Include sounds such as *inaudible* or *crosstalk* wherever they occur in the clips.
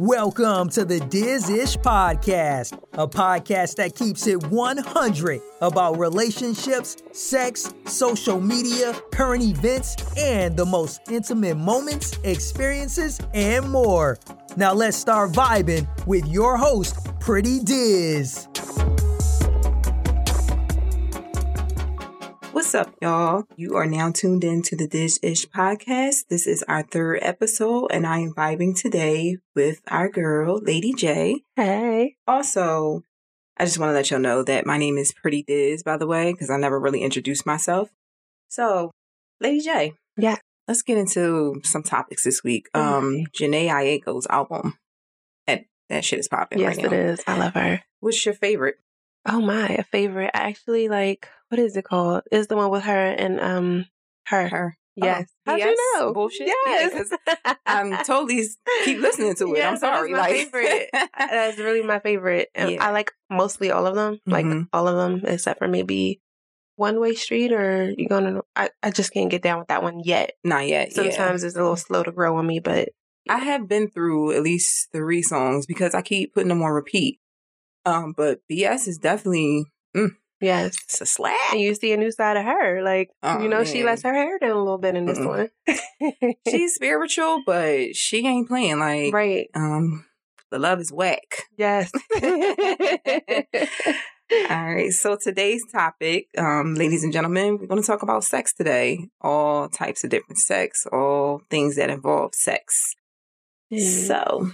Welcome to the Diz Ish Podcast, a podcast that keeps it 100 about relationships, sex, social media, current events, and the most intimate moments, experiences, and more. Now let's start vibing with your host, Pretty Diz. What's up, y'all? You are now tuned in to the Dish Ish podcast. This is our third episode, and I am vibing today with our girl, Lady J. Hey. Also, I just want to let y'all know that my name is Pretty Diz, by the way, because I never really introduced myself. So, Lady J. Yeah. Let's get into some topics this week. Um, Janae Ayeko's album. That, that shit is popping Yes, right it now. is. I love her. What's your favorite? Oh my, a favorite. I actually like what is it called? Is the one with her and um her. Her. Yes. Oh, How'd yes, you know? bullshit. Yeah, Yes. *laughs* 'cause I'm um, totally s- keep listening to it. I'm Yes, that is sorry. my like, favorite. That's really my favorite. And Yeah. I like mostly all of them. Like Mhm. all of them except for maybe one way street or you're gonna I, I just can't get down with that one yet. *laughs* Not yet. yeah. Sometimes it's a little slow to grow on me, but I have been through at least three songs because I keep putting them on repeat. Um, but BS is definitely yes. it's a slap. And you see a new side of her. Like Oh, you know, she man. lets her hair down a little bit in this Mm-mm. *laughs* one. She's spiritual, but she ain't playing. Like, right. um, the love is whack. Yes. *laughs* All right. So today's topic, um, ladies and gentlemen, we're going to talk about sex today. All types of different sex, all things that involve sex. Mm-hmm. So,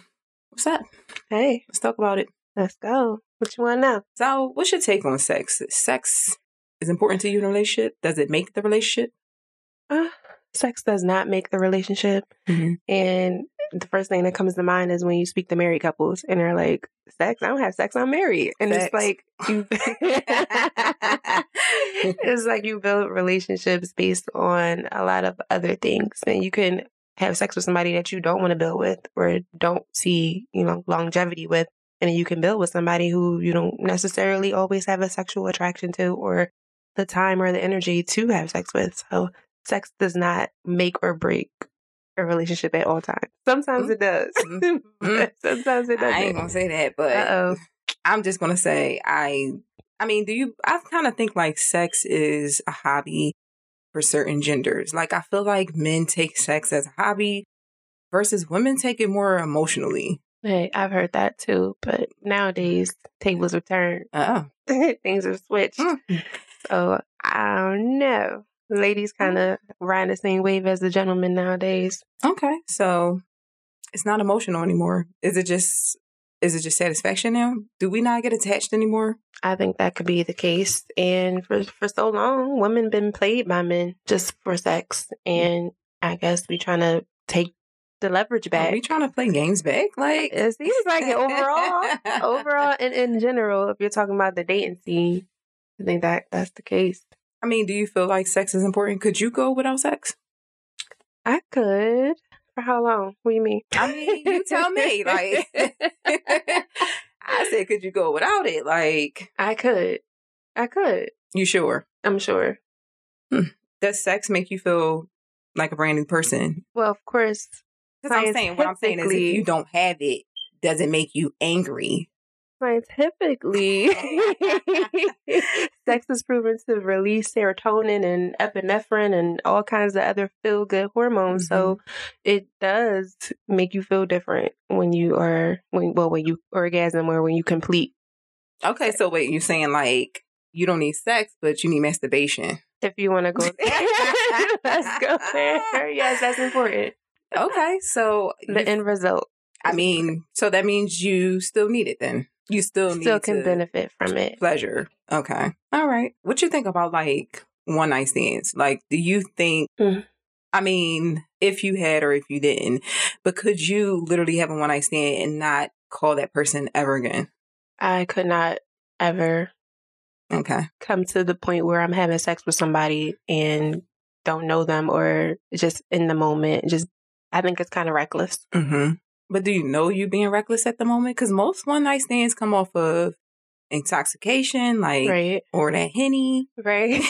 what's up? hey, Let's talk about it. let's go. What you want to know? So, what's your take on sex? Sex is important to you in a relationship. Does it make the relationship? Uh, sex does not make the relationship. Mhm. And the first thing that comes to mind is when you speak to married couples and they're like, sex? I don't have sex. I'm married. And Sex. it's like, you. it's like you build relationships based on a lot of other things. And you can have sex with somebody that you don't want to build with or don't see, you know, longevity with. And you can build with somebody who you don't necessarily always have a sexual attraction to or the time or the energy to have sex with. So sex does not make or break a relationship at all times. Sometimes it does. *laughs* Mm. Mm. Sometimes it I ain't gonna doesn't. say that, but Uh oh. I'm just gonna say I. I mean, do you? I kind of think like sex is a hobby for certain genders. Like, I feel like men take sex as a hobby versus women take it more emotionally. Hey, I've heard that too. But nowadays, tables are turned. *laughs* Oh, things are switched. Mm. So I don't know. Ladies kind of ride the same wave as the gentlemen nowadays. okay. So it's not emotional anymore. Is it just? Is it just satisfaction now? Do we not get attached anymore? I think that could be the case. And for for so long, women been played by men just for sex. And I guess we trying to take the leverage Are back. we trying to play games back? Like *laughs* It seems like it overall, overall, and in general, if you're talking about the dating scene, I think that that's the case. *laughs* I mean, do you feel like sex is important? Could you go without sex? I could. For how long? What do you mean? I mean, you tell *laughs* me. Like I said, could you go without it? Like I could. I could. you sure? I'm sure. Does sex make you feel like a brand new person? Well, of course, Because I'm saying what I'm saying is, if Scientifically- you don't have it, does it make you angry? scientifically, sex is proven to release serotonin and epinephrine and all kinds of other feel good hormones. So it does make you feel different when you are when well when you orgasm or when you complete. Okay, so wait, you're saying like you don't need sex, but you need masturbation? If you want to go, *laughs* let's go there. Yes, that's important. Okay, so The end result I mean, so that means you still need it then. You still need still can to benefit from it. pleasure. Okay. All right. What you think about like one night stands? Like, do you think? Mhm. I mean, if you had or if you didn't, but could you literally have a one night stand and not call that person ever again? I could not ever Okay. come to the point where I'm having sex with somebody and don't know them or just in the moment, just I think it's kind of reckless. Mm-hmm. But do you know you being reckless at the moment? Because most one night stands come off of intoxication, like Right. or that *laughs* henny. *laughs* Right.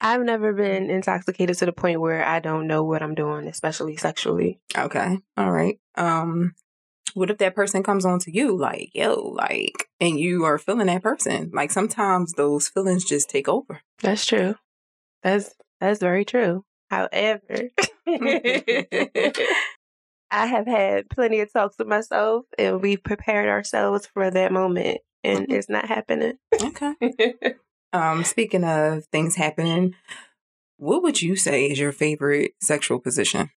I've never been intoxicated to the point where I don't know what I'm doing, especially sexually. Okay. All right. Um what if that person comes on to you like yo like and you are feeling that person like sometimes those feelings just take over *laughs* That's true. That's that's very true. *laughs* However, I have had plenty of talks with myself, and we've prepared ourselves for that moment, and Mhm. it's not happening. *laughs* okay um speaking of things happening what would you say is your favorite sexual position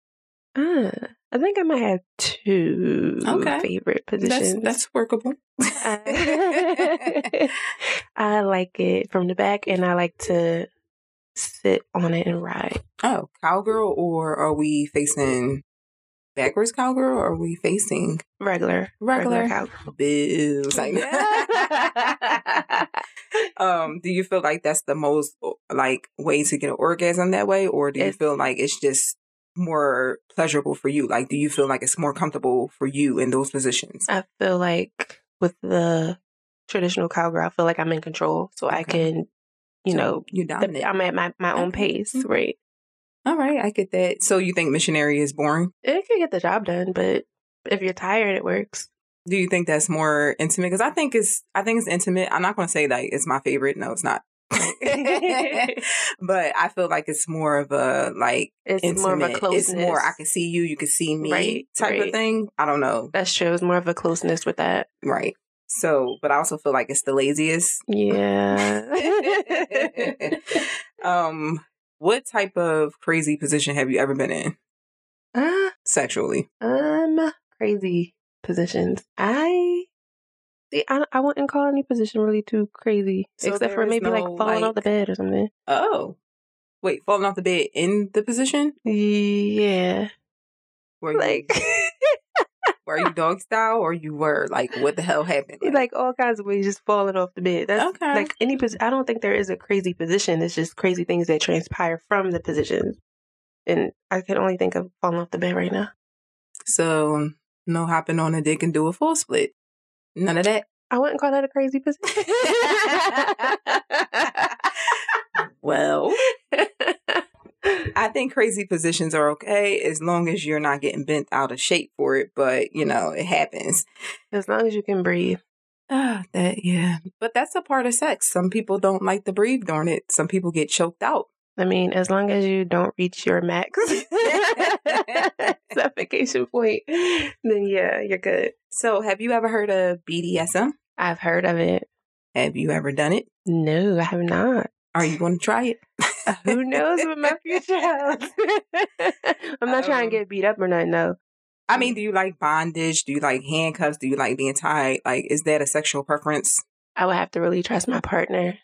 Ah, I think I might have two Okay. favorite that's positions. that's workable *laughs* I, *laughs* I like it from the back, and I like to sit on it and ride. oh cowgirl or are we facing backwards cowgirl or are we facing Regular, regular, cow. Boo. Like- um do you feel like that's the most like way to get an orgasm that way or do you It's- feel like it's just more pleasurable for you like do you feel like it's more comfortable for you in those positions *laughs* I feel like with the traditional cowgirl, I feel like I'm in control, so I Okay. can, you So know, you the- dominate I'm at my, my own Okay. pace, Mhm. right? all right i get that so you think missionary is boring It can get the job done, but if you're tired, it works. do you think that's more intimate because i think it's i think it's intimate i'm not going to say like it's my favorite no it's *laughs* not but i feel like it's more of a like It's intimate. more of a closeness. it's more i can see you you can see me Right, type of right. thing i don't know That's true. It's more of a closeness with that. Right. So, but I also feel like it's the *laughs* laziest. *laughs* Yeah. *laughs* um, what type of crazy position have you ever been in Ah, sexually? um, crazy positions. I see. I, I wouldn't call any position really too crazy, So except there for is maybe like no, falling off the like- bed or something. Oh, wait, falling off the bed in the position? Yeah, Were you, like *laughs* were you dog style or you were like, what the hell happened? like all kinds of ways just falling off the bed. That's okay. like any position. I don't think there is a crazy position. It's just crazy things that transpire from the positions. And I can only think of falling off the bed right now. so, no hopping on a dick and do a full split. None of that. *laughs* *laughs* I wouldn't call that a crazy Well, position. I think crazy positions are okay as long as you're not getting bent out of shape for it, but you know, it happens. *laughs* as long as you can breathe. Ah, that yeah. But that's a part of sex. Some people don't like to breathe during it. Some people get choked out. *laughs* I mean, as long as you don't reach your max suffocation point, then yeah, you're good. So have you ever heard of BDSM? I've heard of it. Have you ever done it? No, I have not. Are you gonna try it? Who knows what my future holds? *laughs* I'm not trying Um, to get beat up or nothing, though. *laughs* I mean, do you like bondage? Do you like handcuffs? Do you like being tied? Like, is that a sexual preference? I would have to really trust my partner.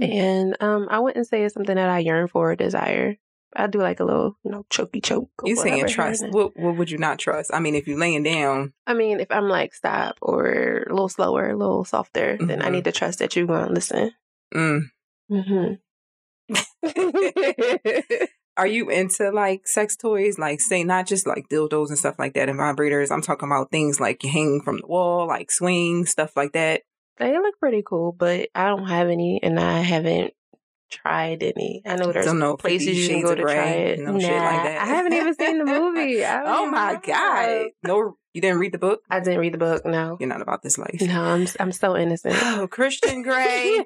And um, I wouldn't say it's something that I yearn for or desire. I do like a little, you know, chokey choke. or You saying whatever here trust. and there. What what would you not trust? I mean, if you're laying down, I mean, if I'm like, stop, or a little slower, a little softer, then I Mhm. need to trust that you're going to listen. mm. hmm *laughs* Are you into like sex toys? Like, say, not just like dildos and stuff like that and vibrators. I'm talking about things like you hang from the wall, like swings, stuff like that. they look pretty cool, but I don't have any, and I haven't tried any. I know there's Don't know, places 50 you can Shades go of to Grey, try it. you know, shit like Nah, that. I haven't even seen *laughs* the movie. I don't Oh even my know. God. No, you didn't read the book? I didn't read the book. No, *laughs* You're not about this life. *laughs* no, I'm I'm so innocent. Oh, Christian *laughs* Grey.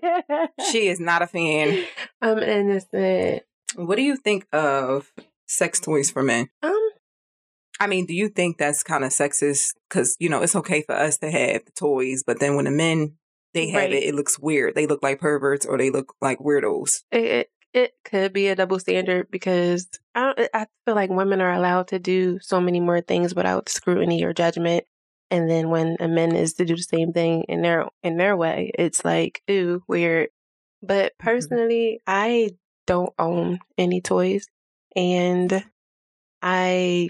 she is not a fan. I'm innocent. What do you think of sex toys for men? Um, I mean, do you think that's kind of sexist? Because you know, it's okay for us to have the toys, but then when the men they have Right. it, it looks weird. They look like perverts or they look like weirdos. it, it it could be a double standard because I don't, I feel like women are allowed to do so many more things without scrutiny or judgment, and then when a man is to do the same thing in their in their way, it's like ooh weird. But personally, I don't own any toys, and I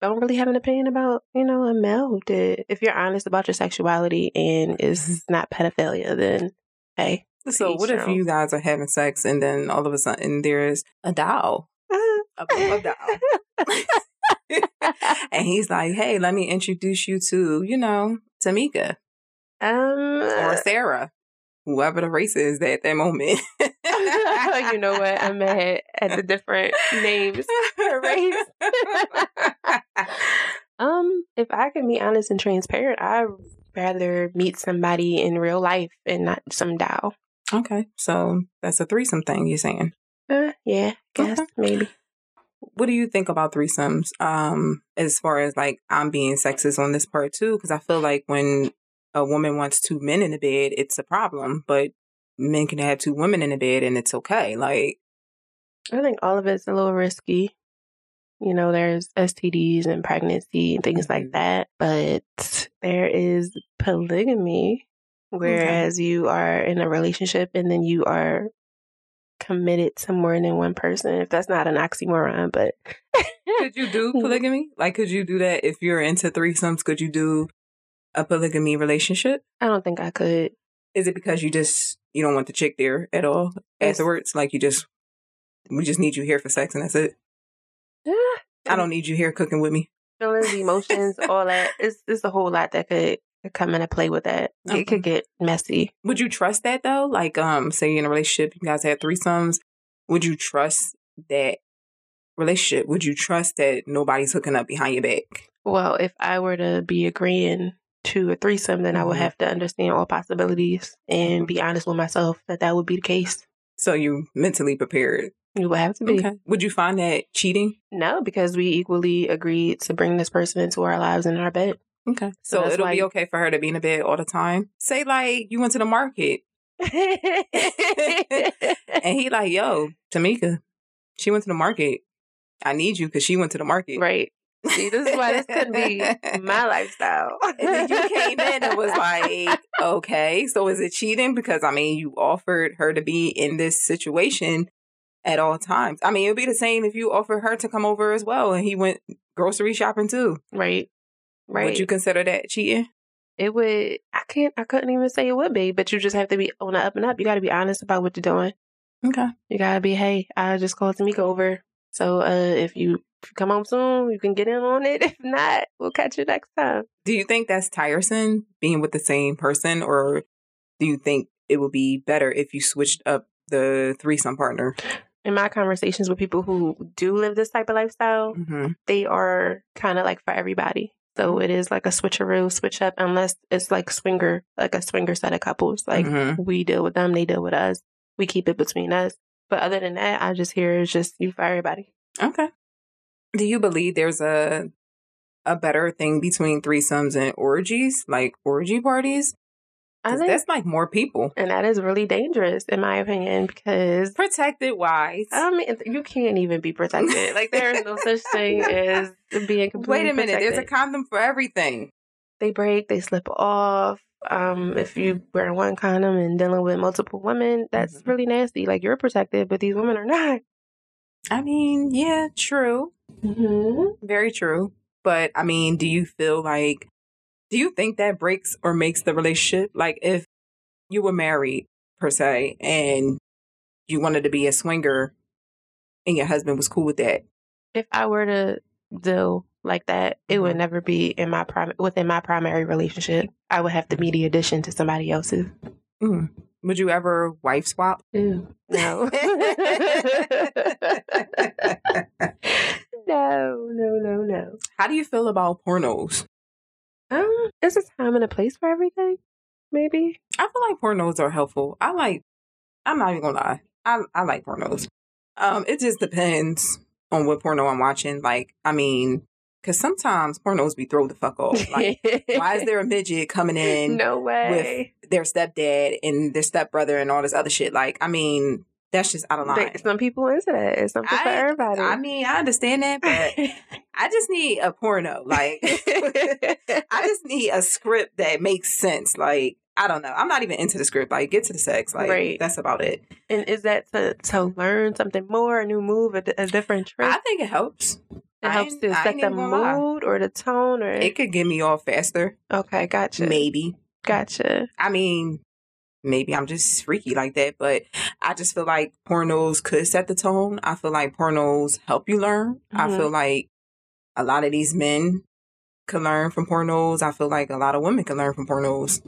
don't really have an opinion about you know a male. Did if you're honest about your sexuality and it's not pedophilia, then hey, *laughs* So, each what if their own. you guys are having sex and then all of a sudden there's a doll, a blow-up doll, *laughs* and he's like, "Hey, let me introduce you to you know Tamika Um, or Sarah, whoever the race is at that *laughs* moment." you know what? I'm mad *laughs* at the different names. race. um, if I can be honest and transparent, I'd rather meet somebody in real life and not some dial. Okay. So that's a threesome thing you're saying. Uh, yeah, guess Okay. maybe. What do you think about threesomes? Um, as far as like I'm being sexist on this part too, because I feel like when a woman wants two men in the bed, it's a problem. But men can have two women in the bed and it's okay. Like I think all of it's a little risky. You know, there's STDs and pregnancy and things like Mhm. that, but there is polygamy, whereas you are in a relationship and then you are committed to more than one person. If that's not an oxymoron, but *laughs* could you do polygamy? Like could you do that if you're into threesomes? Could you do a polygamy relationship? I don't think I could. Is it because you just you don't want the chick there at all Yes. afterwards? Like you just we just need you here for sex and that's it. I don't need you here cooking with me. *laughs* feelings, *laughs* emotions, all that. It's it's a whole lot that could could come into play with that. It Okay. could get messy. Would you trust that though? Like, um, say you're in a relationship, you guys had threesomes. Would you trust that relationship? Would you trust that nobody's hooking up behind your back? Well, if I were to be agreeing to a threesome, then I would Mhm. have to understand all possibilities and be honest with myself that that would be the case. So you mentally prepared. You would have to be. Okay. Would you find that cheating? No, because we equally agreed to bring this person into our lives and our bed. *laughs* Okay. So So, that's it'll why be you- okay for her to be in the bed all the time. Say like you went to the market and he like, yo, Tamika, she went to the market. I need you because she went to the market. right. See, this is why this could be *laughs* my *laughs* lifestyle. And then you came in *laughs* and was like, okay, so is it cheating? Because I mean, you offered her to be in this situation at all times. I mean, it would be the same if you offered her to come over as well and he went grocery shopping too. right. Right. Would you consider that cheating? it would I can't I couldn't even say it would be, but you just have to be on the up and up. You gotta be honest about what you're doing. Okay. You gotta be, hey, I just called Tamika over. So uh if you, if you come home soon, you can get in on it. *laughs* If not, we'll catch you next time. Do you think that's tiresome being with the same person or do you think it would be better if you switched up the threesome partner? In my conversations with people who do live this type of lifestyle, Mm-hmm. they are kind of like for everybody. So it is like a switcheroo, switch up, unless it's like swinger, like a swinger set of couples. Like Mhm. we deal with them, they deal with us. We keep it between us. But other than that, I just hear it's just you for everybody. Okay. Do you believe there's a a better thing between threesomes and orgies, like orgy parties? I 'Cause think, that's like more people. and that is really dangerous, in my opinion, because Protected wise. I mean, you can't even be protected. Like there is no such thing as being completely Wait a minute, there's a protected. condom for everything. they break, they slip off. Um, if you wear one condom and dealing with multiple women, that's Mhm. really nasty. Like you're protected, but these women are not. I mean, yeah, true. Mm-hmm. Very true. But I mean, do you feel like do you think that breaks or makes the relationship like if you were married per se and you wanted to be a swinger and your husband was cool with that? If I were to deal like that, it would Mhm. never be in my prim- within my primary relationship. I would have to be the addition to somebody else's. Would you ever wife swap? *laughs* No. no, no, no, no. How do you feel about pornos? Um, it's a time and a place for everything, maybe. I feel like pornos are helpful. I like. I'm not even gonna lie. I I like pornos. Um, it just depends on what porno I'm watching. Like, I mean, because sometimes pornos be throw the fuck Oh, off. Like, why *laughs* is there a midget coming in no way? with their stepdad and their stepbrother and all this other shit? Like, I mean, that's just out of line. Like, some people into that. It's something for I- everybody. I mean, I understand that, but I just need a porno. Like, *laughs* I just need a script that makes sense. Like, I don't know. I'm not even into the script. Like, get to the sex. Like, Right. that's about it. *laughs* and is that to, to learn something more, a new move, a, di- a different *laughs* trick? I think it helps. it helps I to ain't set the even gonna lie. mood or the tone, or It could get me off faster. okay, gotcha, Maybe. gotcha. I mean, maybe I'm just *laughs* freaky like that, but I just feel like pornos could set the tone. I feel like pornos help you learn. I Mhm. feel like a lot of these men can learn from pornos. I feel like a lot of women can learn from pornos.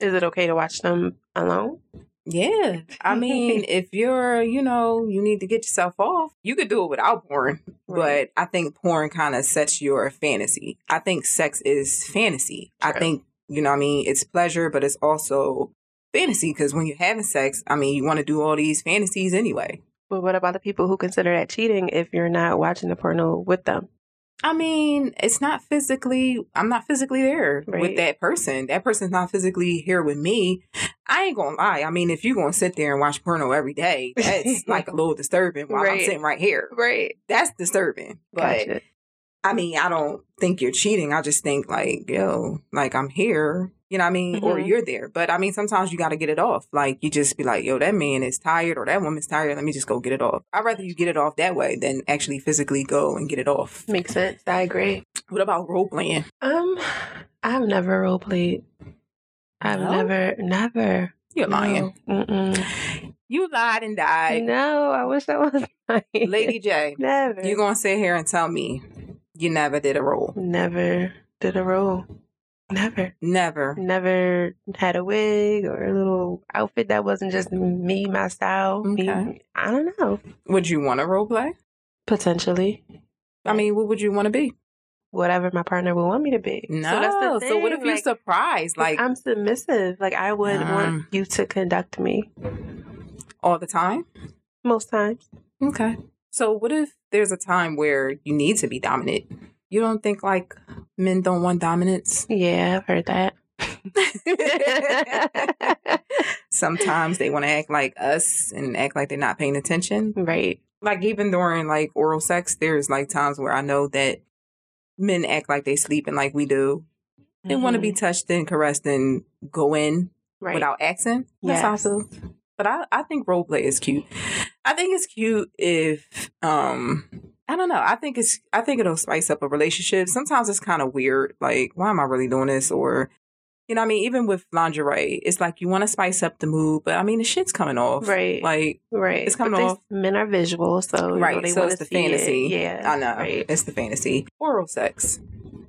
Is it okay to watch them alone? Yeah. I *laughs* mean, if you're, you know, you need to get yourself off, you could do it without porn. Right. But I think porn kind of sets your fantasy. I think sex is fantasy. I True. think, you know what I mean? It's pleasure, but it's also fantasy because when you're having sex, I mean, you want to do all these fantasies anyway. But what about the people who consider that cheating if you're not watching the porno with them? I mean, it's not physically, I'm not physically there Right. with that person. That person's not physically here with me. I ain't gonna lie. I mean, if you're gonna sit there and watch porno every day, *laughs* that's like a little disturbing while I'm Right. sitting right here. Right. That's disturbing. But Gotcha. I mean, I don't think you're cheating. I just think like, yo, like I'm here. You know what I mean? Or Mhm. you're there. But I mean, sometimes you got to get it off. Like you just be like, yo, that man is tired or that woman's tired. Let me just go get it off. I'd rather you get it off that way than actually physically go and get it *laughs* off. Makes sense. I agree. What about role playing? Um, I've never role played. I've No? never, never. You're lying. No. Mm-mm. You lied and died. no, *laughs* I wish I was *laughs* lying. Lady J, never. you're going to sit here and tell me you never did a role. never did a role. Never. Never. Mm. Never had a wig or a little outfit that wasn't just me, my style. Me. Okay. I don't know. Would you want to role play? Potentially. I mean, what would you want to be? Whatever my partner would want me to be. No. So, that's the So what if thing, you're like, surprised? Like, I'm submissive. Like I would want Mm. you to conduct me all the time? most times. Okay. So what if there's a time where you need to be dominant? You don't think like men don't want *laughs* dominance? Yeah, I've heard that. Sometimes they want to act like us and act like they're not paying attention. *laughs* right. Like even during like oral sex, there's like times where I know that men act like they sleeping like we do. They want to be touched and caressed and go in Mm-hmm. right. without accent. That's Yes. also. But I, I think role play is cute. I think it's cute if um I don't know. I think it's I think it'll spice up a relationship. Sometimes it's kind of weird. Like why am I really doing this? Or you know, what I mean, even with lingerie, it's like you want to spice up the mood, but I mean the shit's coming off. Right. Like right. it's coming But they- off- Men are visual, so you Right, know, they so want it's to the see it. fantasy. Yeah, I know Right. it's the fantasy. Oral sex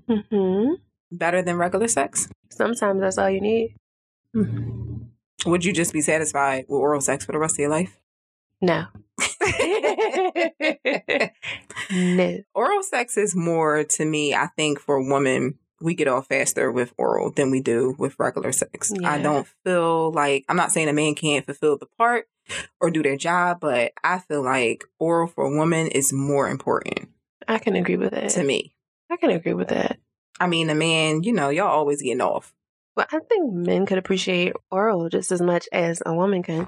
hmm better than regular sex. Sometimes that's all you need. Mm-hmm. Would you just be satisfied with oral sex for the rest of your *laughs* life? No. No. oral sex is more to me i think for women we get off faster with oral than we do with regular sex i Yeah. don't feel like i'm not saying a man can't fulfill the part or do their job but i feel like oral for a woman is more important I can agree with that. to me I can agree with that. i mean a man you know y'all always getting off Well, I think men could appreciate oral just as much as a woman can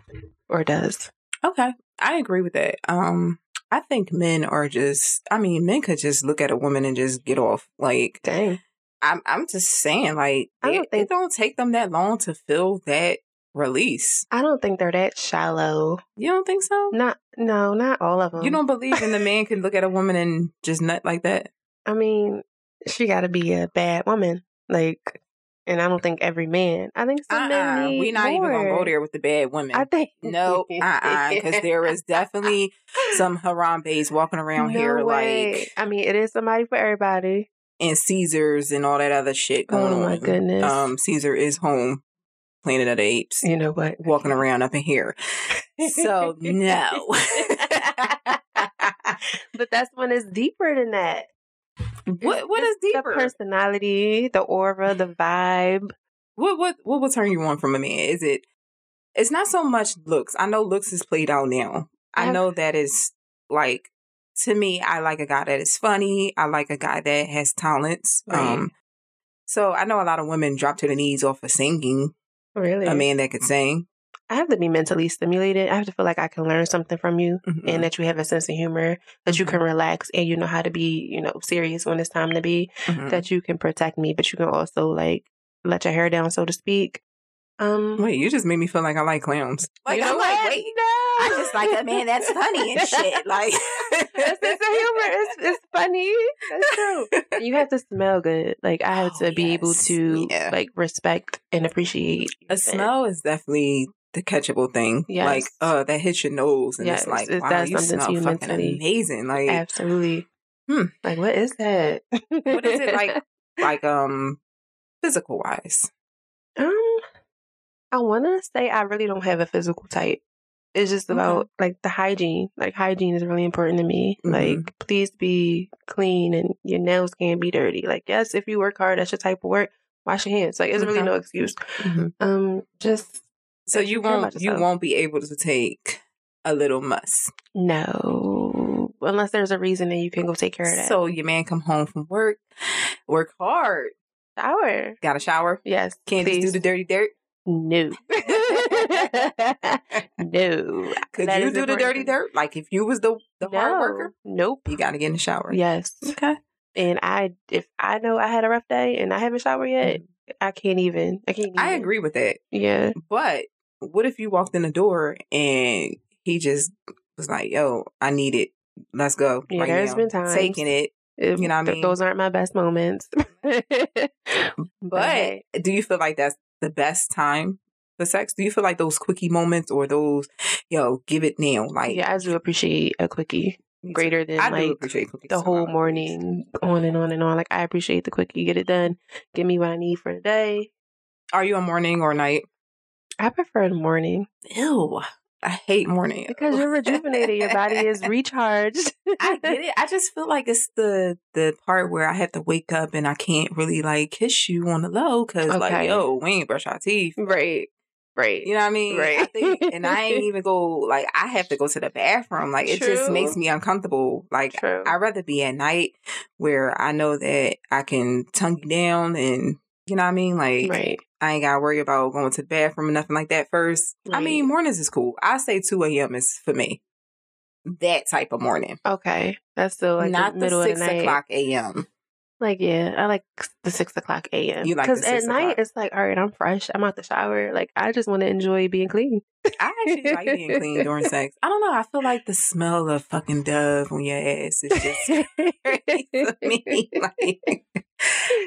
or does. okay i agree with that um i think men are just i mean men could just look at a woman and just get off like Dang. I'm I'm just saying, like I it, don't think- it don't take them that long to feel that release. I don't think they're that shallow. You don't think so? Not no, not all of them. You *laughs* don't believe in the man can look at a woman and just nut like that? I mean, she got to be a bad woman, like. And I don't think every man. I think some men Uh-uh. need We're not even gonna more. go there with the bad women. I think *laughs* no, uh-uh, because there is definitely some harambees walking around here like I mean, it is somebody for everybody. and Caesars and all that other shit going Oh my on. goodness! Um, Caesar is home, Planet of the Apes, you know what? walking around up in here. *laughs* So no. *laughs* but that's when it's deeper than that. What what is It's deeper? The personality, the aura, the vibe. what what what will turn you on from a man? Is it? It's not so much looks. I know looks is played out now. I Yeah. know that is like to me. I like a guy that is funny. I like a guy that has talents. Right. Um, so I know a lot of women drop to the knees off of singing. Really, A man that could sing. I have to be mentally stimulated. I have to feel like I can learn something from you. Mhm. and that you have a sense of humor, that Mm-hmm. you can relax and you know how to be, you know, serious when it's time to be, Mhm. that you can protect me, but you can also like let your hair down, so to speak. Um, Wait, you just made me feel like I like clowns. Like you know I'm like, what? wait, no, I just like a man that's funny and shit. *laughs* Like *laughs* That sense of humor is it's funny. That's true. And You have to smell good. Like I have Oh, to be able yes. to Yeah. like respect and appreciate A smell is definitely the catchable thing. Yes. Like, uh, that hits your nose and Yes, it's like, it wow, does you something to smell you fucking mentally. amazing. Like, Absolutely. Hmm. Like what is that? what is it like? like, um, physical wise. *laughs* Um, I want to say I really don't have a physical type. It's just Okay. about like the hygiene. Like hygiene is really important to me. Mhm. Like please be clean and your nails can't be dirty. Like yes, if you work hard, that's your type of work. Wash your hands. Like it's really Okay. no excuse. Um, just So you Care about won't you yourself. won't be able to take a little muss. no. Unless there's a reason and you can go take care of that. So your man come home from work, work hard, shower. got a shower, Yes. can't please. just do the dirty *laughs* dirt. *laughs* no. no. Could That you is do the dirty important. dirt? Like if you was the the hard No. worker, Nope. you got to get in the shower. Yes. Okay. And I, if I know I had a rough day and I haven't showered yet, I can't even. I can't. Even. Mm-hmm. I agree with that. Yeah. But what if you walked in the door and he just was like, "Yo, I need it. Let's go." Yeah, right there's now. been times. taking it. It- You know what I th- mean? Those aren't my best moments. *laughs* but But hey, do you feel like that's the best time for sex? Do you feel like those quickie moments or those, yo, give it now? Like yeah, I do appreciate a quickie me too. greater than I do like appreciate cookies the too. I whole like morning on and on and on. Like I appreciate the quickie. Get it done. Give me what I need for the day. cookies. Are you a morning or night? I prefer the morning Ew. I hate morning. because you're rejuvenated. Your *laughs* body is recharged. *laughs* I get it. I just feel like it's the the part where I have to wake up and I can't really like kiss you on the low because like Okay. yo, we ain't brush our teeth. right. Right. You know what I mean? Right. I think, and I ain't even go like I have to go to the bathroom. Like it just True. makes me uncomfortable. Like True. I'd rather be at night where I know that I can tongue you down and you know what I mean? Like right. I ain't gotta worry about going to the bathroom or nothing like that first. I Right. mean, mornings is cool. I say two a.m. is for me. That type of morning, Okay, that's still like not the the middle six of the night. o'clock *laughs* a.m. Like yeah, I like the six o'clock a.m. You like the at six night o'clock. it's like all right, I'm fresh. I'm out the shower. Like I just want to enjoy being clean. *laughs* I actually like being clean during sex. I don't know. I feel like the smell of fucking Dove on your ass is just *laughs* *laughs* crazy to me. Like,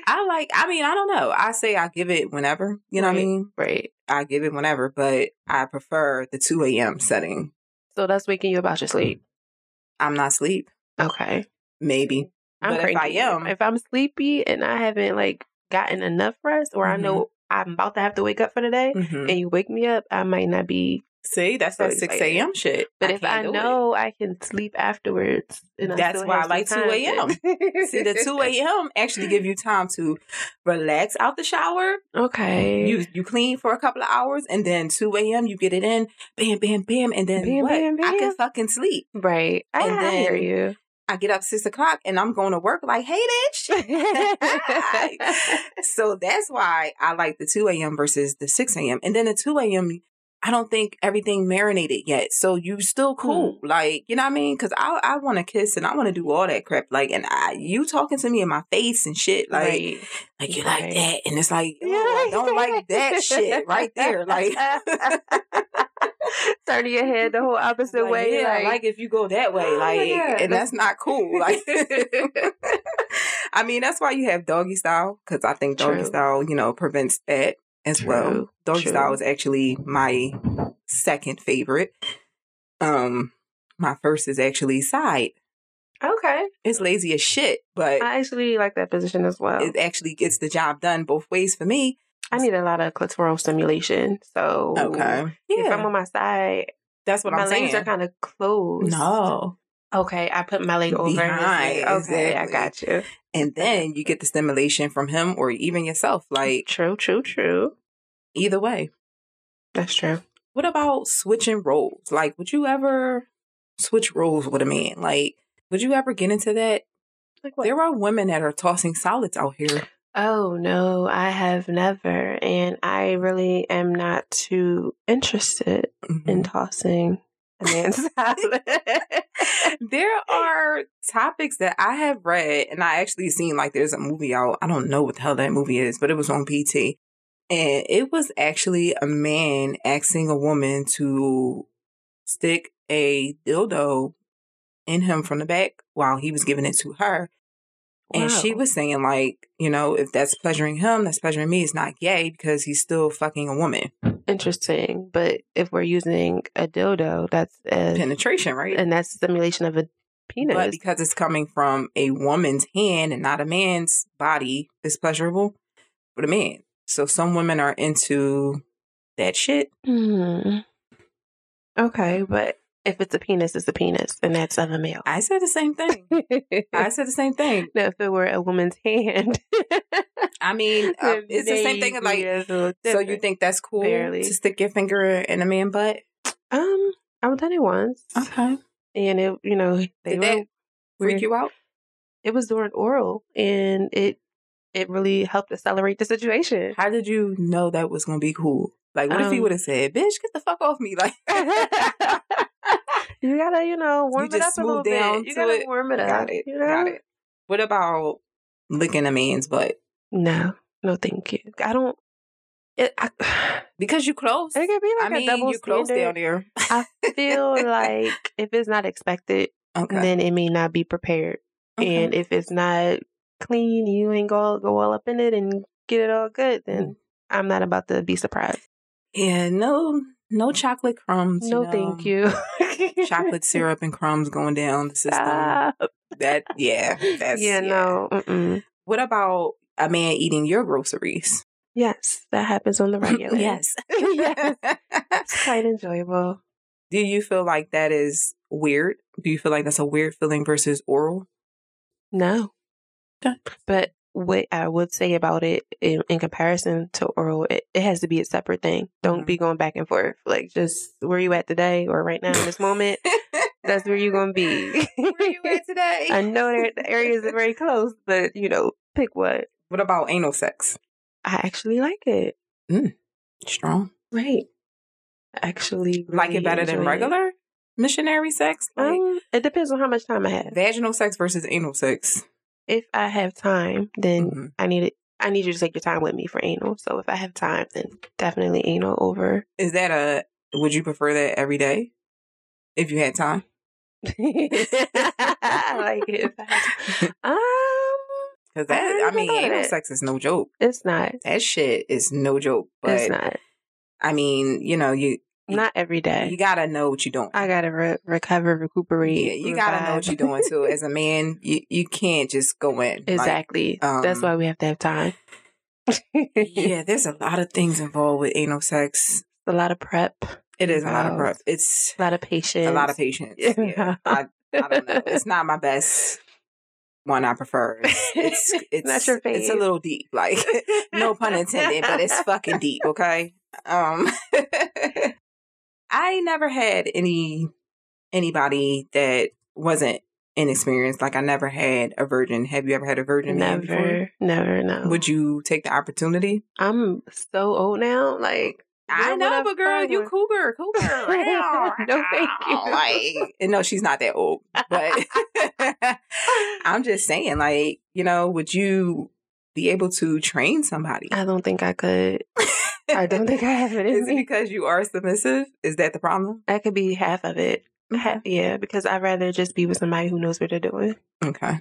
I like. I mean, I don't know. I say I give it whenever. You know what I Right. mean? right. I give it whenever, but I prefer the two a.m. setting. So that's waking you up out your sleep. I'm not asleep. Okay. Maybe I'm But if I cranky. am- if I'm sleepy and I haven't like gotten enough rest, or Mm-hmm. I know I'm about to have to wake up for the day, Mhm. and you wake me up, I might not be. See, that's that So, 6 like, a.m. shit. But if I can't do it. know I can sleep afterwards, and I That's still why have I like 2 some time, then- See, the *laughs* 2 a.m. actually give you time to relax out the shower. Okay. You you clean for a couple of hours, and then 2 a.m. you get it in. Bam, bam, bam, and then Bam, what? bam, I can bam. fucking sleep. Right. And I hear then- you. *laughs* I get up six o'clock, and I'm going to work. Like, hey, *laughs* bitch. so that's why I like the 2 a.m. versus the 6 a.m. And then the 2 a.m. I don't think everything marinated yet, so you still cool. Mm. Like you know what I mean? Because I I want to kiss and I want to do all that crap. Like and I you talking to me in my face and shit. *laughs* Like right. like you Right. like that, and it's like yo, I don't like that shit *laughs* right there. Like turning your head *laughs* the whole opposite like, way. yeah, like, like, if you go that way, Oh my like, God. and that's not cool. Like, *laughs* I mean, that's why you have doggy style because I think doggy True. style, you know, prevents that as well. True, Doggy true. style is actually my second favorite. Um, my first is actually side. okay. It's lazy as shit, but I actually like that position as well. it actually gets the job done both ways for me. I need a lot of clitoral stimulation. So if I'm yeah, on my side, that's what my I'm legs saying. are kind of closed. no, Okay, I put my leg over. his Behind, leg. Okay, exactly. I got you. and then you get the stimulation from him or even yourself. Like True, true, true. either way. That's true. What about switching roles? Like, would you ever switch roles with a man? Like, would you ever get into that? Like There are women that are tossing solids out here. Oh no, I have never, and I really am not too interested Mm-hmm. in tossing a man's *laughs* salad. there are topics that I have read, and I actually seen like there's a movie out. I don't know what the hell that movie is, but it was on PT. And it was actually a man asking a woman to stick a dildo in him from the back while he was giving it to her. And she Wow. was saying, like, you know, if that's pleasuring him, that's pleasuring me. It's not gay because he's still fucking a woman. interesting, but if we're using a dildo, that's a, Penetration, right? Uh, and that's stimulation of a penis. But because it's coming from a woman's hand and not a man's body, it's pleasurable for the man. So some women are into that shit. Hmm. Okay, but if it's a penis, it's a penis, and that's of a male. I said the same thing. I said the same thing. No, if it were a woman's *laughs* hand, I *laughs* mean, uh, it's the same thing. Like, so you think that's cool Barely. to stick your finger in a man butt? Um, I've done it once, Okay, and it, you know, they did were, that freak we're- you out? it was during oral, and it it really helped accelerate the situation. How did you know that was gonna be cool? Like, what if he Um, would have said, "Bitch, get the fuck off me"? *laughs* Like, You gotta, you know, warm it up just a little smooth down bit. You to gotta it. warm it *laughs* up. got it, uh, you know? got it. What about licking a man's butt No, no, thank you. I don't. It, I, *sighs* because you close? it could be I like a mean, double you close down standard. there. I *laughs* feel like if it's not expected, Okay. then it may not be prepared, Okay. and if it's not clean, you ain't gonna go all up in it and get it all good. Then I'm not about to be surprised. Yeah, no, no chocolate crumbs. No, thank you. *laughs* Chocolate syrup and crumbs going down the system. Stop. That *laughs* yeah, that's yeah, no. Mm-mm. What about a man eating your groceries? Yes, that *laughs* happens on the regular. yes, *laughs* yes. *laughs* It's quite enjoyable. Do you feel like that is weird? Do you feel like that's a weird feeling versus oral? No. Okay. But what I would say about it in, in comparison to oral, it, it has to be a separate thing. Don't Mhm. be going back and forth. Like just where you at today or right now in this moment, *laughs* that's where you're gonna be. *laughs* Where you at today? I know that the areas are very close, but you know, pick what. What about anal sex? I actually like it. Strong. Right. I actually Like really it better than enjoy it. regular missionary sex? Like Um, it depends on how much time I have. vaginal sex versus anal sex. if I have time, then Mhm. I need it. I need you to take your time with me for anal. So if I have time, then definitely anal over. *laughs* Is that a would you prefer that every day? If you had time? I like it. if I *laughs* have time. Um, Because I that I, haven't mean thought of anal that. sex is no joke. it's not. That shit is no joke. it's But not. I mean, you know, you Not every you day. gotta know what you're doing. I gotta re- recover, recuperate. yeah, you gotta know what revive. you're doing too. As a man, you you can't just go in. Like, *laughs* Exactly. um, That's why we have to *laughs* have time. yeah, there's a lot of things involved with anal sex. a lot of prep, It is a lot of prep. Involved. It's a lot of patience, a lot of patience. Yeah. *laughs* Yeah, I, I don't know. *laughs* It's not my best one. I prefer. It's it's, it's *laughs* Not your It's a fave. little deep. Like *laughs* no pun intended, but it's fucking *laughs* deep. Okay. Um, *laughs* I never had any anybody that wasn't inexperienced. Like I never had a virgin. Have you ever had a virgin? man before? Never, never, no. Would you take the opportunity? I'm so old now. Like I Where know, would I but girl, find you one? cougar, *laughs* cougar. Ow, No, thank you. ow, Like, *laughs* and no, she's not that old, but *laughs* I'm just saying, like, you know, would you be able to train somebody? I don't think I could. I don't think I have *laughs* it in Is it me. because you are submissive? Is that the problem? That could be half of it. Ha- yeah, because I'd rather just be with somebody who knows what they're doing. *laughs* Okay.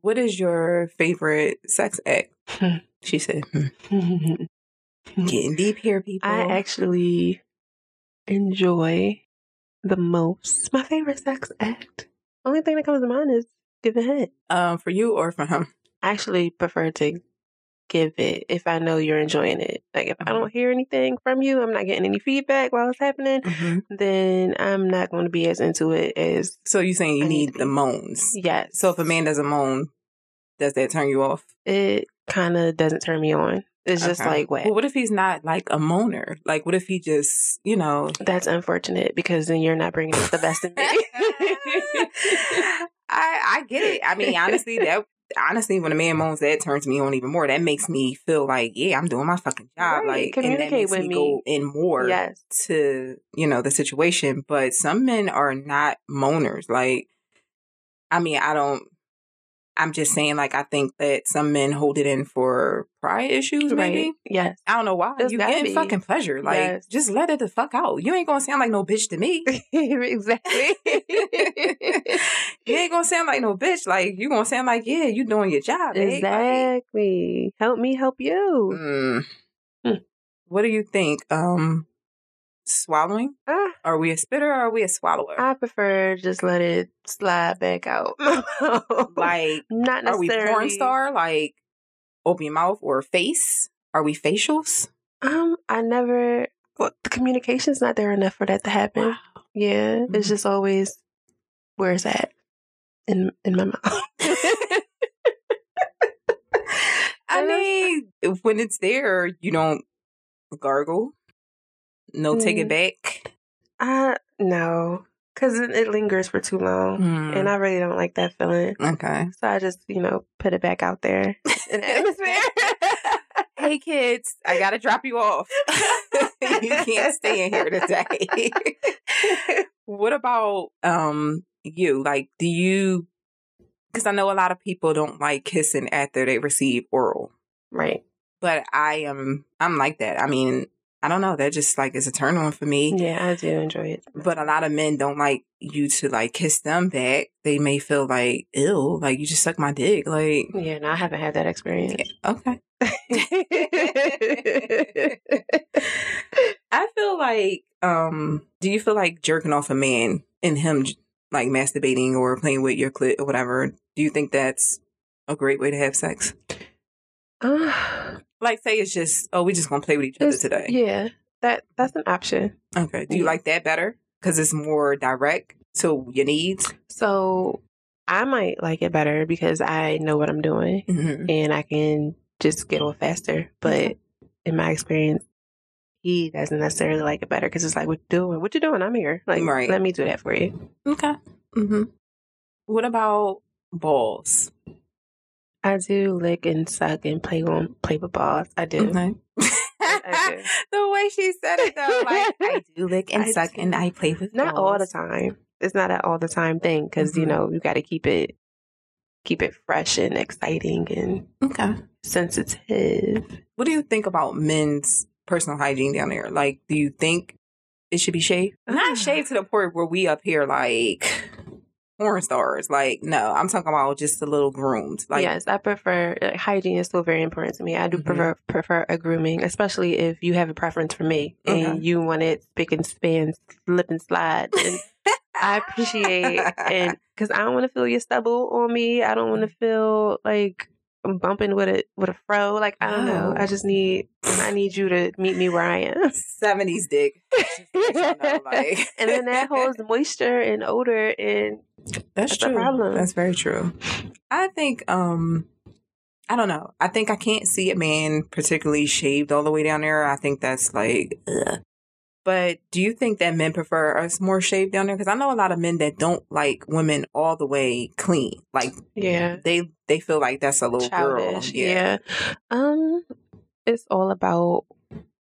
What is your favorite sex act? Hmm. Mm. she said, hmm. getting deep here, people. I actually enjoy the most my favorite sex act. Only thing that comes to mind is giving head. um, for you or for him? I actually prefer to give it if I know you're enjoying it. Like if I Mm-hmm. don't hear anything from you, I'm not getting any feedback while it's happening. Mm-hmm. then I'm not going to be as into it as So you're saying you I need need to the be- moans. yes. So if a man doesn't moan, does that turn you off? it kind of doesn't turn me on. It's just Okay. like what. Well, what if he's not like a moaner? Like, what if he just, you know? That's unfortunate because then you're not bringing out the best in me. *laughs* I I get it. I mean, honestly, that honestly, when a man moans, that turns me on even more. That makes me feel like, yeah, I'm doing my fucking job. Right. Like, and that Communicate makes with me me. go in more yes, to you know the situation. But some men are not moaners. Like, I mean, I don't. I'm just saying, like, I think that some men hold it in for pride issues, maybe. right. Yes. I don't know why. It's you gotta getting be. fucking pleasure. Like, Yes. just let it the fuck out. You ain't gonna sound like no bitch to me. *laughs* exactly. *laughs* you ain't gonna sound like no bitch. Like, you gonna sound like, yeah, you doing your job. babe. Like, exactly. Help me help you. mm. Hmm. What do you think? Um, swallowing? Ah, Are we a spitter or are we a swallower? I prefer just let it slide back out. *laughs* like, not necessarily. are we porn star? Like, open your mouth or face? Are we facials? Um, I never. well, the communication's not there enough for that to happen. Yeah, it's Mhm. just always where's that in in my mouth. *laughs* *laughs* I And that's- mean, when it's there, you don't gargle. No, take it Mm. back. I no, because it, it lingers for too long, and I really don't like that feeling. Mm, *laughs* okay. So I just you know put it back out *laughs* there in the atmosphere. *laughs* Hey kids, I gotta drop you off. *laughs* you can't stay in here today. *laughs* what about um you? Like, do you? Because I know a lot of people don't like kissing after they receive oral, right. but I am I'm like that. I mean, I don't know. That just like is a turn on for me. Yeah, I do enjoy it. But a lot of men don't like you to like kiss them back. They may feel like ill, like you just suck my dick. Like yeah, no, I haven't had that experience. *laughs* okay. *laughs* I feel like, um, do you feel like jerking off a man and him j- like masturbating or playing with your clit or whatever? Do you think that's a great way to have sex? Uh, Like, say it's just, oh, we just gonna play with each other it's- today. *sighs* Yeah, that that's an option. Okay. Do you Yeah. like that better? Because it's more direct to your needs. So I might like it better because I know what I'm doing Mm-hmm. and I can just get off faster. But Okay. in my experience, he doesn't necessarily like it better because it's like, what you doing? What you doing? I'm here. Like, Right. let me do that for you. Okay. Mm-hmm. What about balls? I do lick and suck and play on play with balls. I do. Okay. I *laughs* the way she said it though, *laughs* like I do lick and I suck do. and I play with Not all the balls. time. It's not an all the time thing because you Mhm. know you got to keep it keep it fresh and exciting and Okay. sensitive. What do you think about men's personal hygiene down there? Like, do you think it should be shaved? Ah. Not shaved to the point where we up here like porn stars. Like, no, I'm talking about just a little groomed. Like, yes, I prefer like, hygiene is still very important to me. I do Mhm. prefer prefer a grooming, especially if you have a preference for me Okay. and you want it spick and span, slip and slide. And I appreciate *laughs* and because I don't want to feel your stubble on me. I don't want Mm. to feel like I'm bumping with a with a fro. Like I don't know. No. I just need I need you to meet me where I *laughs* am. 70s dick. *laughs* and then that *laughs* holds moisture and odor and That's, That's a true. problem. That's very true. I think um I don't know. I think I can't see a man particularly shaved all the way down there. I think that's like ugh. But do you think that men prefer us more shaved down there? Because I know a lot of men that don't like women all the way clean. Like yeah. they they feel like that's a little childish. girl. Yeah. Um, it's all about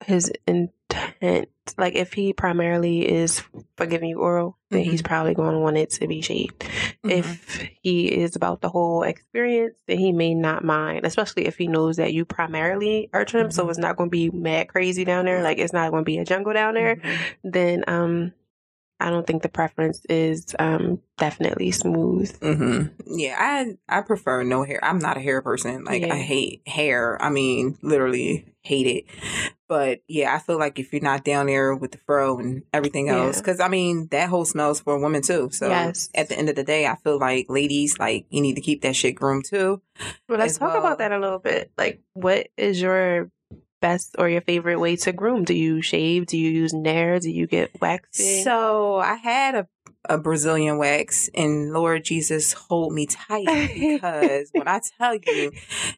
his intent. Like if he primarily is for giving you oral, then he's Mm-hmm. probably going to want it to be shaved. If he is about the whole experience, then he may not mind, especially if he knows that you primarily are trim, so Mhm. it's not going to be mad crazy down there. Like it's not going to be a jungle down there. Mhm. Then um. I don't think the preference is um, definitely smooth. Mhm. Mm-hmm. Yeah, I I prefer no hair. I'm not a hair person. Like Yeah. I hate hair. I mean, literally hate it. But yeah, I feel like if you're not down there with the fro and everything Yeah. else, because I mean that whole smells for women too. So Yes. at the end of the day, I feel like ladies, like you need to keep that shit groomed too. Well, let's as talk well. about that a little bit. Like, what is your best or your favorite way to groom? Do you shave? Do you use Nair? Do you get waxing? So I had a a Brazilian wax, and Lord Jesus, hold me tight because when I tell you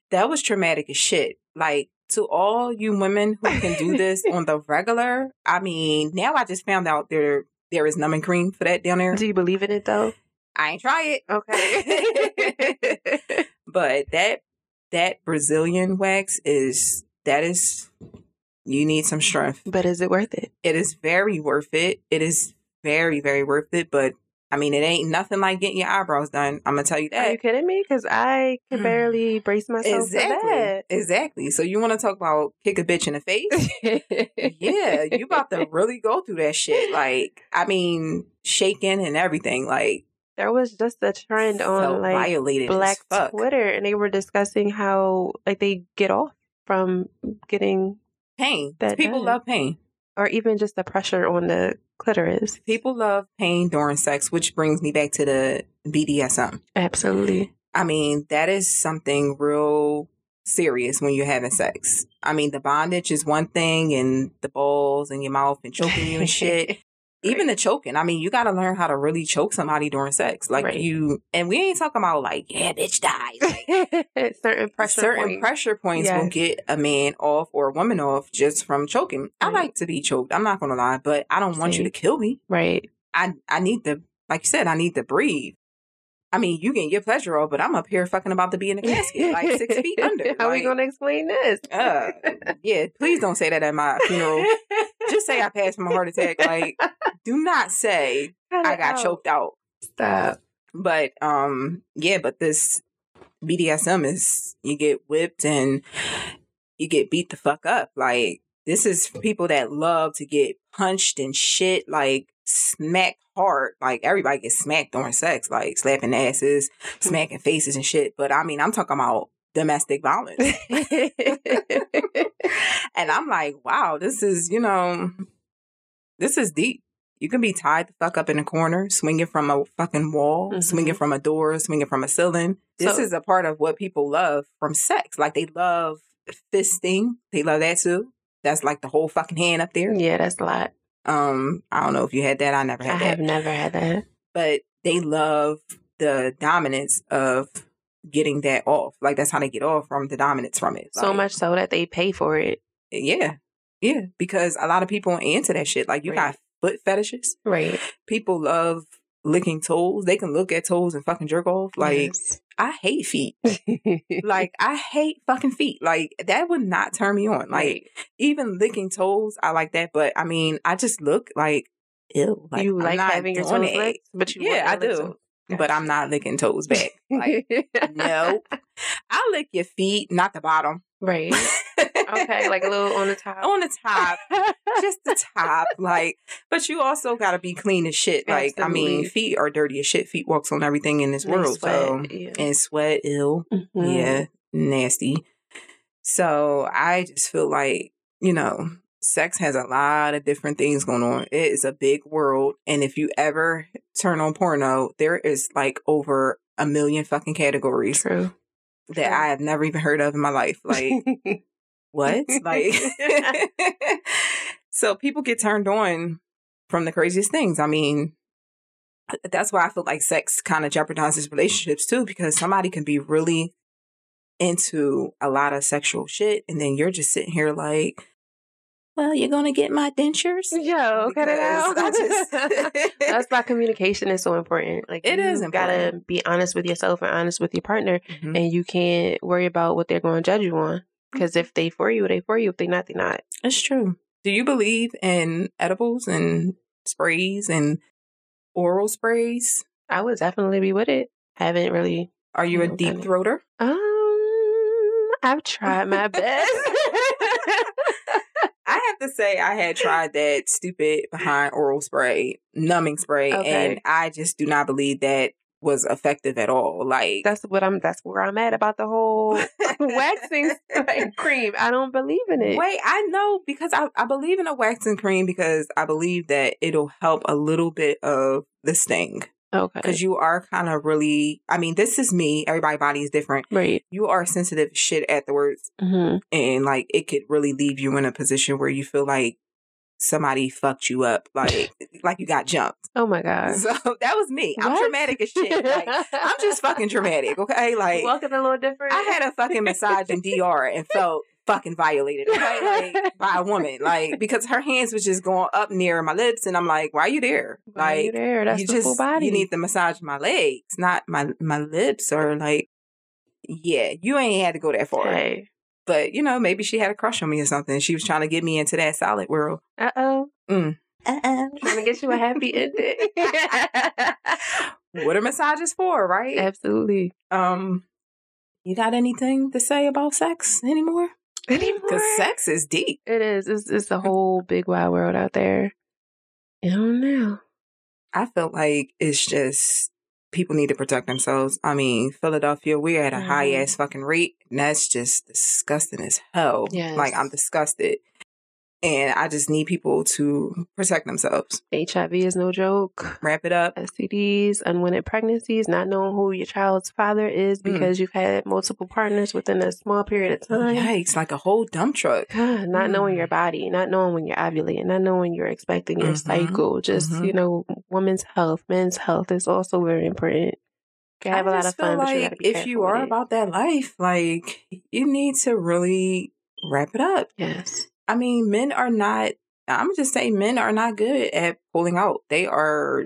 that was traumatic as shit. Like to all you women who can do this on the regular, I mean, now I just found out there there is numbing cream for that down there. do you believe in it though? I ain't try it. *laughs* *laughs* Okay. but that that Brazilian wax is that is you need some strength. but is it worth it? It is very worth it. It is very very worth it. But I mean, it ain't nothing like getting your eyebrows done. I'm gonna tell you Are that. you kidding me? Because I can Hmm. barely brace myself Exactly. Exactly. So you want to talk about kick a bitch in the face? for that. *laughs* yeah, *laughs* you about to really go through that shit. Like, I mean, shaking and everything. Like, There was just a trend felt on like violated as black fuck. Twitter, and they were discussing how like they get off from getting Pain. That People does. love pain. or even just the pressure on the clitoris. People love pain during sex, which brings me back to the BDSM. Absolutely. I mean, that is something real serious when you're having sex. I mean, the bondage is one thing, and the balls and your mouth and choking you and *laughs* shit. Even the choking. I mean, you got to learn how to really choke somebody during sex. Like Right. you, and we ain't talking about like, yeah, bitch, *laughs* die. Like, certain *laughs* pressure certain points. pressure points will Yes. get a man off or a woman off just from choking. I Right. like to be choked. I'm not gonna lie, but I don't want you Same. to kill me. right I I need to, like you said, I need to breathe. I mean, you can get pleasure off, but I'm up here fucking about to be in the *laughs* casket, like six feet under. how we Like, gonna explain this uh, yeah, please don't say that at my funeral. *laughs* Just say I passed from a heart attack. Like, do not say Cut I it *laughs* got out. choked out. stop But um, yeah, but this BDSM is you get whipped and you get beat the fuck up. Like this is for people that love to get punched and shit, like smacked hard. Like everybody gets smacked during sex, like slapping asses, smacking faces and shit. But I mean, I'm talking about domestic violence. *laughs* and I'm like, wow, this is, you know, this is deep. You can be tied the fuck up in a corner, swinging from a fucking wall, Mhm. swinging from a door, swinging from a ceiling. This So- is a part of what people love from sex. Like they love fisting. They love that too. That's like the whole fucking hand up there. *laughs* yeah that's a lot Um, I don't know if you had that. I never i had that have never had that but they love the dominance of getting that off. Like that's how they get off from the dominance from it. so Like, much so that they pay for it Yeah. Yeah. Because a lot of people are into that shit. Like you got Right. foot fetishes. right People love licking toes. They can look at toes and fucking jerk off. Like *laughs* I hate feet. Like I hate fucking feet. Like that would not turn me on. Like even licking toes, I like that. But I mean, I just look like ew. Like, you I'm like not having your doing toes it. licked, but you Yeah, want I your lips do. open. But I'm not licking toes back. Like *laughs* no. *laughs* I lick your feet, not the bottom. right. *laughs* Okay, like a little on the top. *laughs* on the top, just the top. Like, but you also got to be clean as shit. Like, I mean, Absolutely. feet are dirty as shit. Feet walks on everything in this They world. So, sweat, yeah. and sweat, ill, Mhm. yeah, nasty. So I just feel like you know, sex has a lot of different things going on. It is a big world, and if you ever turn on porno, there is like over a million fucking categories True. that True. I have never even heard of in my life. Like, *laughs* *laughs* what? Like, *laughs* so people get turned on from the craziest things. I mean, that's why I feel like sex kind of jeopardizes relationships too, because somebody can be really into a lot of sexual shit, and then you're just sitting here like, well, you're gonna get my dentures. *laughs* Yo, cut it Because out. I just- *laughs* *laughs* That's why communication is so important. Like It you is gotta be honest with yourself and honest with your partner, Mhm. and you can't worry about what they're going to judge you on. Mm-hmm. Because if they for you, they for you. If they not, they not. It's true. Do you believe in edibles and sprays and oral sprays? I would definitely be with it. Haven't really. Are you a No, deep Danny. throater? Um, I've tried my best. I have to say, I *laughs* had tried that stupid behind oral spray, numbing spray, Okay. and I just do not believe that was effective at all. Like, *laughs* that's what I'm. That's where I'm at about the whole *laughs* *laughs* waxing like, cream. I don't believe in it. Wait, I know because I, I believe in a waxing cream because I believe that it'll help a little bit of the sting Okay. because you are kind of really. I mean, this is me. Everybody's body is different. Right. You are sensitive as shit afterwards. Mm-hmm. and like it could really leave you in a position where you feel like somebody fucked you up like like you got jumped Oh my god. so *laughs* that was me i'm What? dramatic as shit like i'm just *laughs* fucking dramatic okay like walking a little different. i had a *laughs* fucking massage in dr and felt fucking violated okay? *laughs* like by a woman like because her hands was just going up near my lips and i'm like why are you there *laughs* Why you like there. That's you the just full body. you need to massage my legs not my my lips or like yeah you ain't had to go that far Hey. but you know, maybe she had a crush on me or something. She was trying to get me into that solid world. Uh oh. Uh-uh. Trying to get you a happy *laughs* ending. What are massages for, right? Absolutely. Um, you got anything to say about sex anymore? Because sex is deep. It is. It's it's a whole big wide world out there. I don't know. I felt like it's just people need to protect themselves. I mean, Philadelphia, we're at a Mhm. high ass fucking rate, and that's just disgusting as hell. Yes. Like I'm disgusted. And I just need people to protect themselves. HIV is no joke. Wrap it Uh, up. STDs, unwanted pregnancies, not knowing who your child's father is Mm. because you've had multiple partners within a small period of time. Yikes, like a whole dump truck. God, not knowing Mm-hmm. your body, not knowing when you're ovulating, not knowing you're expecting your Mhm. cycle, just Mhm. you know, women's health, men's health is also very important. You can have a lot of just fun, feel but you gotta like be if you careful with are it. about that life, like you need to really wrap it up. yes, I mean, men are not. I'm just saying, men are not good at pulling out. They are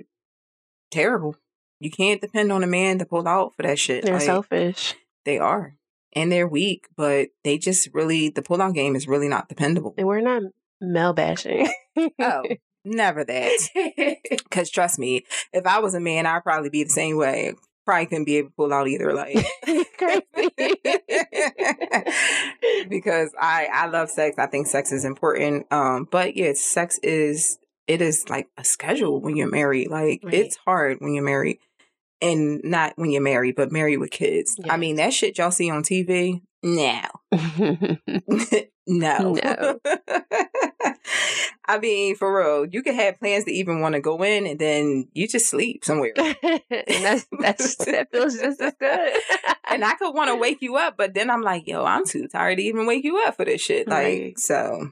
terrible. You can't depend on a man to pull out for that shit. they're Like, selfish. They are, and they're weak. But they just really the pull out game is really not *laughs* dependable. And we're not *laughs* male bashing. *laughs* Oh, never that. Because trust me, if I was a man, I'd probably be the same way. Probably couldn't be able to pull out either. Like. *laughs* because I I love sex. I think sex is important. Um, but yeah, sex is it is like a schedule when you're married. Like Right. it's hard when you're married, and not when you're married, but married with kids. I Yes. mean that shit y'all see on TV. No, Crazy. no, No. *laughs* I mean, for real, you can have plans to even want to go in, and then you just sleep somewhere. and *laughs* that's, that's that feels just as good. *laughs* and I could want to wake you up, but then I'm like, yo, I'm too tired to even wake you up for this shit. Like, Right. so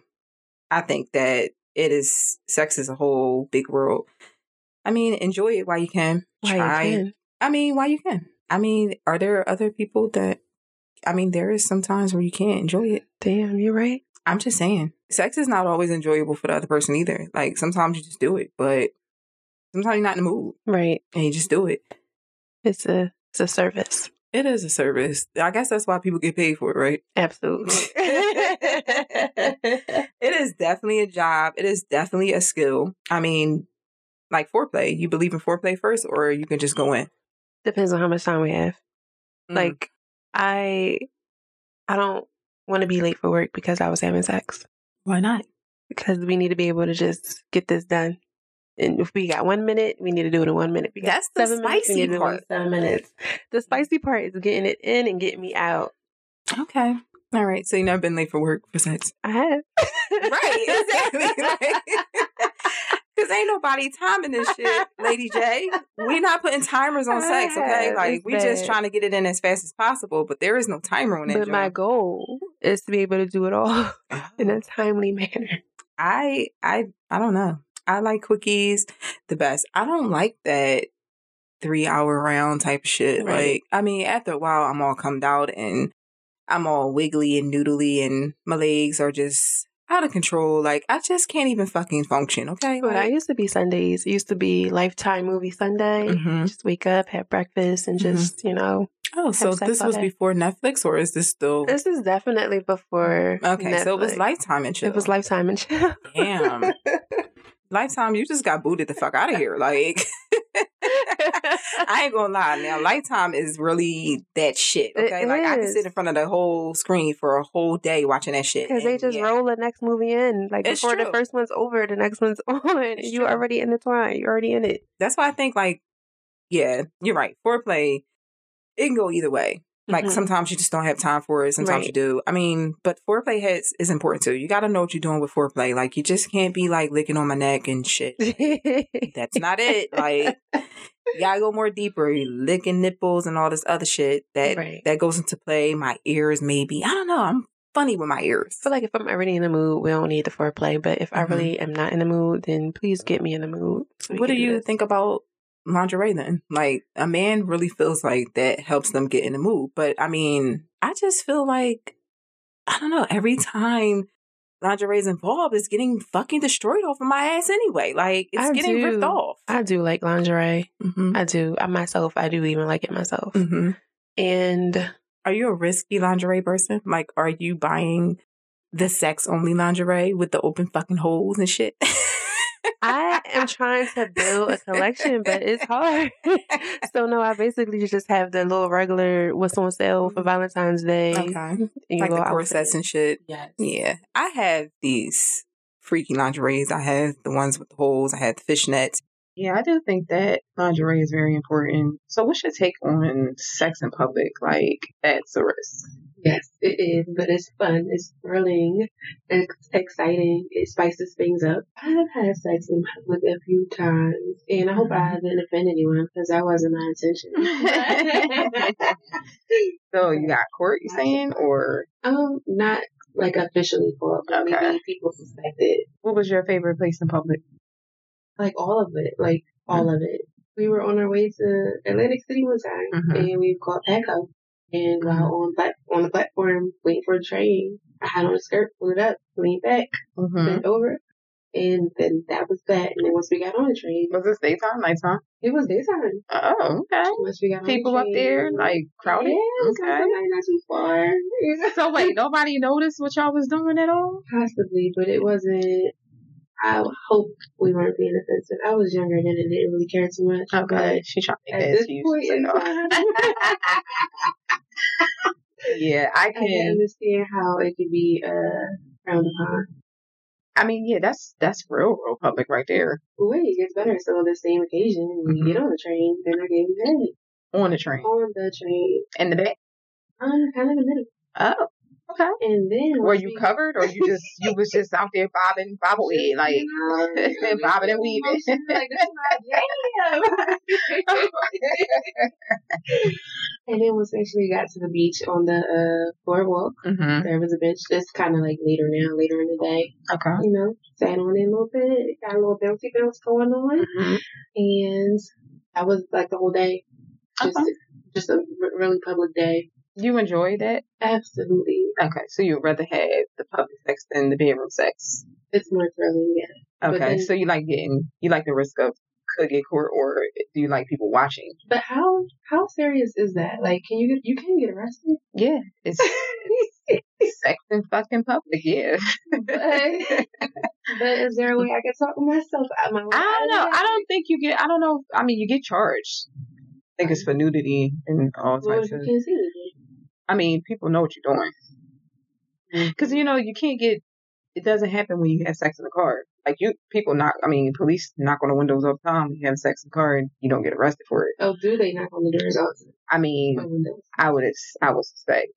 I think that it is sex is a whole big world. I mean, enjoy it while you can. Why you Try. can. I mean, while you can. I mean, are there other people that? I mean, there is sometimes where you can't enjoy it. Damn, you're right. I'm just saying, sex is not always enjoyable for the other person either. Like sometimes you just do it, but sometimes you're not in the mood Right. and you just do it. It's a it's a service. It is a service. I guess that's why people get paid for it, right? *laughs* Absolutely. it is definitely a job. It is definitely a skill. I mean, like foreplay, you believe in foreplay first, or you can just go in. Depends on how much time we have. Mm. Like I I don't want to be late for work because I was having sex. why not? Because we need to be able to just get this done. And if we got one minute, we need to do it in one minute. We got That's the minutes, we spicy need to do it in part. Seven minutes. The spicy part is getting it in and getting me out. Okay. All right. So you've never been late for work for *laughs* sex. I have. *laughs* *laughs* Because ain't nobody timing this shit, Lady J. we not putting timers on sex, okay? *laughs* Yes, Like, we just babe. trying to get it in as fast as possible, but there is no timer on that. But my joint. goal is to be able to do it all *laughs* in a timely manner. *laughs* I I I don't know. I like quickies the best. I don't like that three hour round type of shit. Right. Like I mean, after a while, I'm all cummed out and I'm all wiggly and noodly, and my legs are just out of control. Like I just can't even fucking function. Okay, But I like, used to be Sundays. It used to be Lifetime movie Sunday. Mhm. Just wake up, have breakfast, and just you know. oh, so sex this all was day. before Netflix, or is this still This is definitely before. okay? So it was Um, Netflix. Lifetime and shit. It was Lifetime and chill. *laughs* damn. Lifetime, you just got booted the fuck out of here. Like, I ain't gonna lie. Now, Lifetime is really that shit. It Okay, like I can is. sit in front of the whole screen for a whole day watching that shit. *laughs* Because they and just yeah. roll the next movie in, like It's before the true. first one's over, the next one's *laughs* on. It's you true. already in the twine. You're already in it. That's why I think like, yeah, you're right. Foreplay, it can go either way. Like *laughs* Mhm. sometimes you just don't have time for it. Sometimes you Right. do. I mean, but foreplay has is important too. You got to know what you're doing with foreplay. Like you just can't be like licking on my neck and *laughs* shit. That's not it. Like you gotta go more deeper. You licking nipples and all this other shit that Right. that goes into play. My ears, maybe I don't know. I'm funny with my ears. I feel like if I'm already in the mood, we don't need the foreplay. But if I really am not in the mood, then please get me in the mood. so we Mm-hmm. what do can you this. think about lingerie then? Like a man really feels like that helps them get in the mood. But I mean, I just feel like I don't know, every time lingerie is involved, it's getting fucking destroyed off of my ass anyway. Like it's I getting ripped do. off. I do like lingerie. hmm I do. I myself, I do even like it myself. hmm And Are you a risky lingerie person? Like, are you buying the sex only lingerie with the open fucking holes and shit? *laughs* I am trying to build a collection, but it's hard. *laughs* so no, I basically just have the little regular what's on sale for Valentine's Day. Mm-hmm. okay. and your Like the little corsets outfit. and shit. Yes. Yeah, I have these freaky lingeries. I have the ones with the holes. I have the fishnets. Yeah, I do think that lingerie is very important. So, what's your take on sex in public? Like, that's a risk. *laughs* Yes, it is, but it's fun, it's thrilling, it's exciting, it spices things up. I have had sex in public a few times, and I hope Mm-hmm. I didn't offend anyone because that wasn't my intention. *laughs* *laughs* So you got court, you saying, or um, not like officially for, but Okay. maybe people suspected What was your favorite place in public? Mm-hmm. like all of it, like all of it. We were on our way to Atlantic City one time, Mm-hmm. Mhm. and we called Echo. And while on plat- on the platform waiting for a train, I had on a skirt, pulled it up, leaned back, Mhm. Mm-hmm. bent over, and then that was that. And then once we got on the train, was this daytime, nighttime? it was daytime. Oh, okay. Once we got on the People up train- there, like crowded. Yeah, so Okay. somebody not too far. *laughs* So wait, nobody noticed what y'all was doing at all? Possibly, but it wasn't. I hope we weren't being offensive. I was younger then and didn't really care too much. Okay, Oh, she trying to But make at an this excuse. point So in no. *laughs* time, *laughs* Yeah, I I can can. understand how it could be uh frowned upon. I mean, yeah, that's that's real, real public right there But wait, it gets better. So on the same occasion, we Mhm. get on the train, then I gave him head on the train on the train, in the back. um, kind of in the middle. Oh, okay. And then Were once you we- covered, or you just you was just out there bobbing, bobblehead, like You *laughs* know, you know, bobbing and we- weaving? like, *laughs* this is my jam. *laughs* and then once we actually got to the beach on the uh boardwalk, mm-hmm. there was a bench. That's kind of like later now, later in the day. Okay. You know, sat on it a little bit, got a little bouncy bounce going on. Mm-hmm. and that was like the whole day. Just, Okay. just a r- really public day. You enjoyed that? Absolutely, Okay, so you'd rather have the public sex than the bedroom sex. it's more thrilling. Yeah, But Okay, then- so you like getting you like the risk of could get caught, or do you like people watching? but how how serious is that? Like, can you get you can get arrested? *laughs* Yeah, it's *laughs* sex and fucking public. Yeah, but, but is there a way I can talk myself out my way? I out don't of know. that? I don't think you get. I don't know. I mean, you get charged. I think it's for nudity and all Well, types you of. can't see anything. I mean, people know what you're doing. Mm-hmm. Because you know you can't get. It doesn't happen when you have sex in the car. Like you, people knock. I mean, police knock on the windows all the time. You have sex in the car, and you don't get arrested for it. Oh, do they knock on the doors out I mean, the Oh, windows? I would. I would suspect.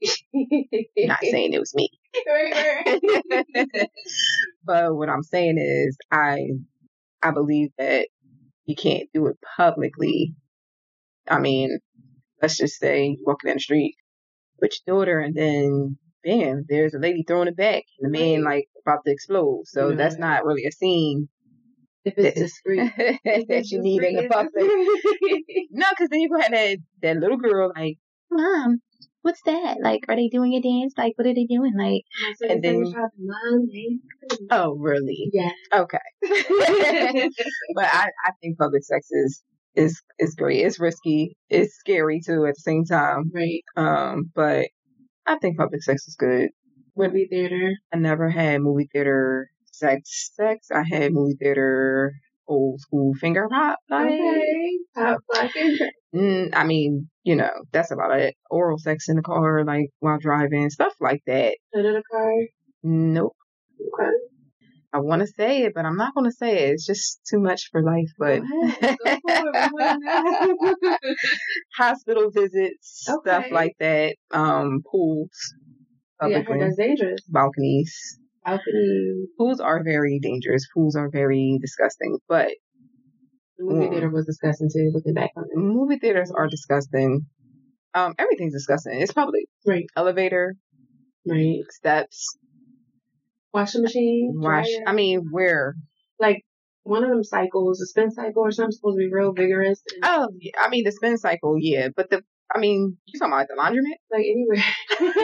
Not *laughs* saying it was me, Right, right. *laughs* but what I'm saying is, I, I believe that you can't do it publicly. I mean, let's just say you're walking down the street with your daughter, and then bam, there's a lady throwing it back, and the man like about to explode. So Yeah. that's not really a scene If it's discreet. that *laughs* you need in the public. *laughs* No, because then you gonna have that that little girl like, mom, what's that? Like, are they doing a dance? Like, what are they doing? Like, and And then then- oh, really? yeah. Okay. *laughs* but I, I think public sex is is is great. It's risky. It's scary too at the same time. Right. Um, but I think public sex is good. Movie theater. I never had movie theater sex. Sex. I had movie theater old school finger pop. Like, Top black and dra- mm, I mean, you know, that's about it. Oral sex in the car, like while driving, stuff like that. Put in a car. Nope. Okay. I want to say it, but I'm not going to say it. It's just too much for life. But Go ahead, *laughs* go for it, why not? hospital visits, stuff Okay. like that, um, pools, yeah, I public heard lands, that's dangerous. balconies. Balcony Pools are very dangerous. Pools are very disgusting. But the movie Mm. theater was disgusting too, looking back on it. movie theaters are disgusting. Um, everything's disgusting. It's public. Right, Elevator, right. steps, Washing machine. wash. dryer. I mean, where? like one of them cycles, a spin cycle or something supposed to be real vigorous. And, Oh, yeah, I mean the spin cycle. Yeah, but the. I mean, you talking about the laundromat? *laughs* Like anywhere.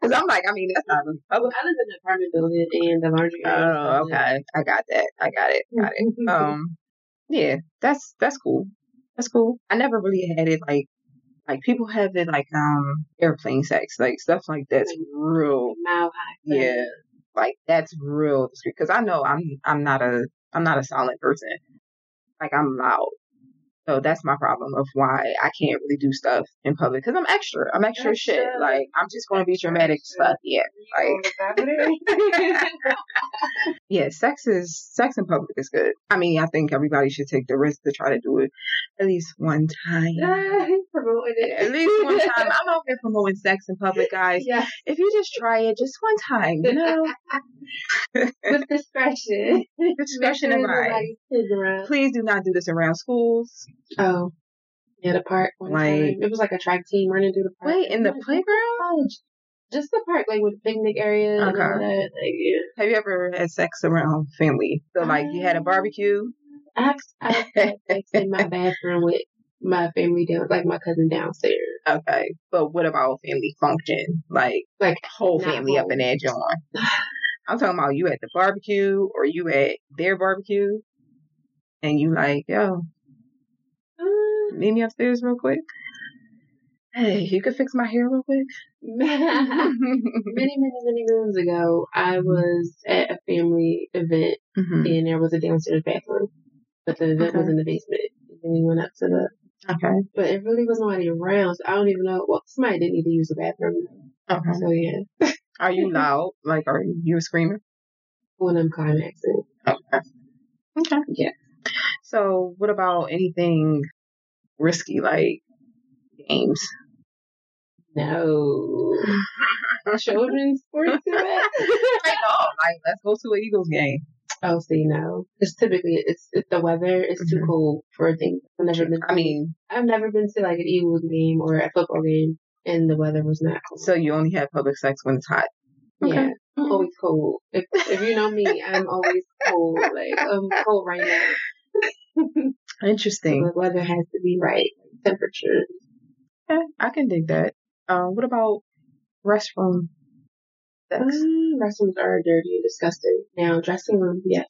Because I'm like, I mean, that's not really public. *laughs* I live in an apartment building and the laundry. area is Oh, public. okay. I got that. I got it. Got it. *laughs* Um, yeah, that's that's cool. That's cool. I never really had it like like people have it like um airplane sex, like stuff like that's real. Mile high. Yeah, like that's real because I know I'm I'm not a I'm not a silent person. Like I'm loud. So that's my problem of why I can't really do stuff in public because I'm extra. I'm extra, as shit. Extra. Like I'm just gonna be dramatic Extra. stuff. Yeah. *laughs* Like, *laughs* yeah, sex is sex in public is good. I mean, I think everybody should take the risk to try to do it at least one time. *laughs* He's promoting it. At least one time. I'm out here promoting sex in public, guys. *laughs* Yeah, If you just try it just one time, you know, *laughs* with *laughs* discretion. the discretion of mine. Please do not do this around schools. Oh, yeah, the park. One Like- time. it was like a track team running through the park. Wait, in the I'm like, playground? oh, j- just the park, like with picnic area and all Okay. that. Like, yeah. Have you ever had sex around family? So, like, you Um. had a barbecue. I've, I've had sex in my bathroom with my family down, like my cousin downstairs. *laughs* Okay, but what about family function? Like, Like whole Not family up in whole. there, John. I'm talking about you at the barbecue or you at their barbecue, and you like, yo, uh, meet me upstairs real quick. Hey, you could fix my hair real *laughs* quick. *laughs* many, hmm many, many moons ago, I was at a family event Mm-hmm. and there was a downstairs bathroom, but the event was Okay. in the basement. And then we went up to the, Okay. but it really was nobody around, so I don't even know. Well, somebody did need to use the bathroom, Okay. so yeah, Are *laughs* you loud? Like, are you a screamer? when I'm climaxing. Okay. Okay. Yeah. So, what about anything risky like *laughs* games? *laughs* No, children's sports *laughs* event. I know. Like, let's go to an Eagles game. Oh, see, no. It's typically it's, it's the weather. It's too Mhm. cold for things. I've never been. I mean, I've never been to like an Eagles game or a football game, and the weather was not cold. so you only have public sex when it's hot. okay. Oh, Yeah, Mm-hmm. I'm always cold. If if you know me, I'm always cold. Like I'm cold right now. *laughs* So Interesting. the weather has to be right. Temperature. Okay, I can dig that. Uh, what about restroom sex? Um, restrooms are dirty and disgusting. Now dressing room, yes.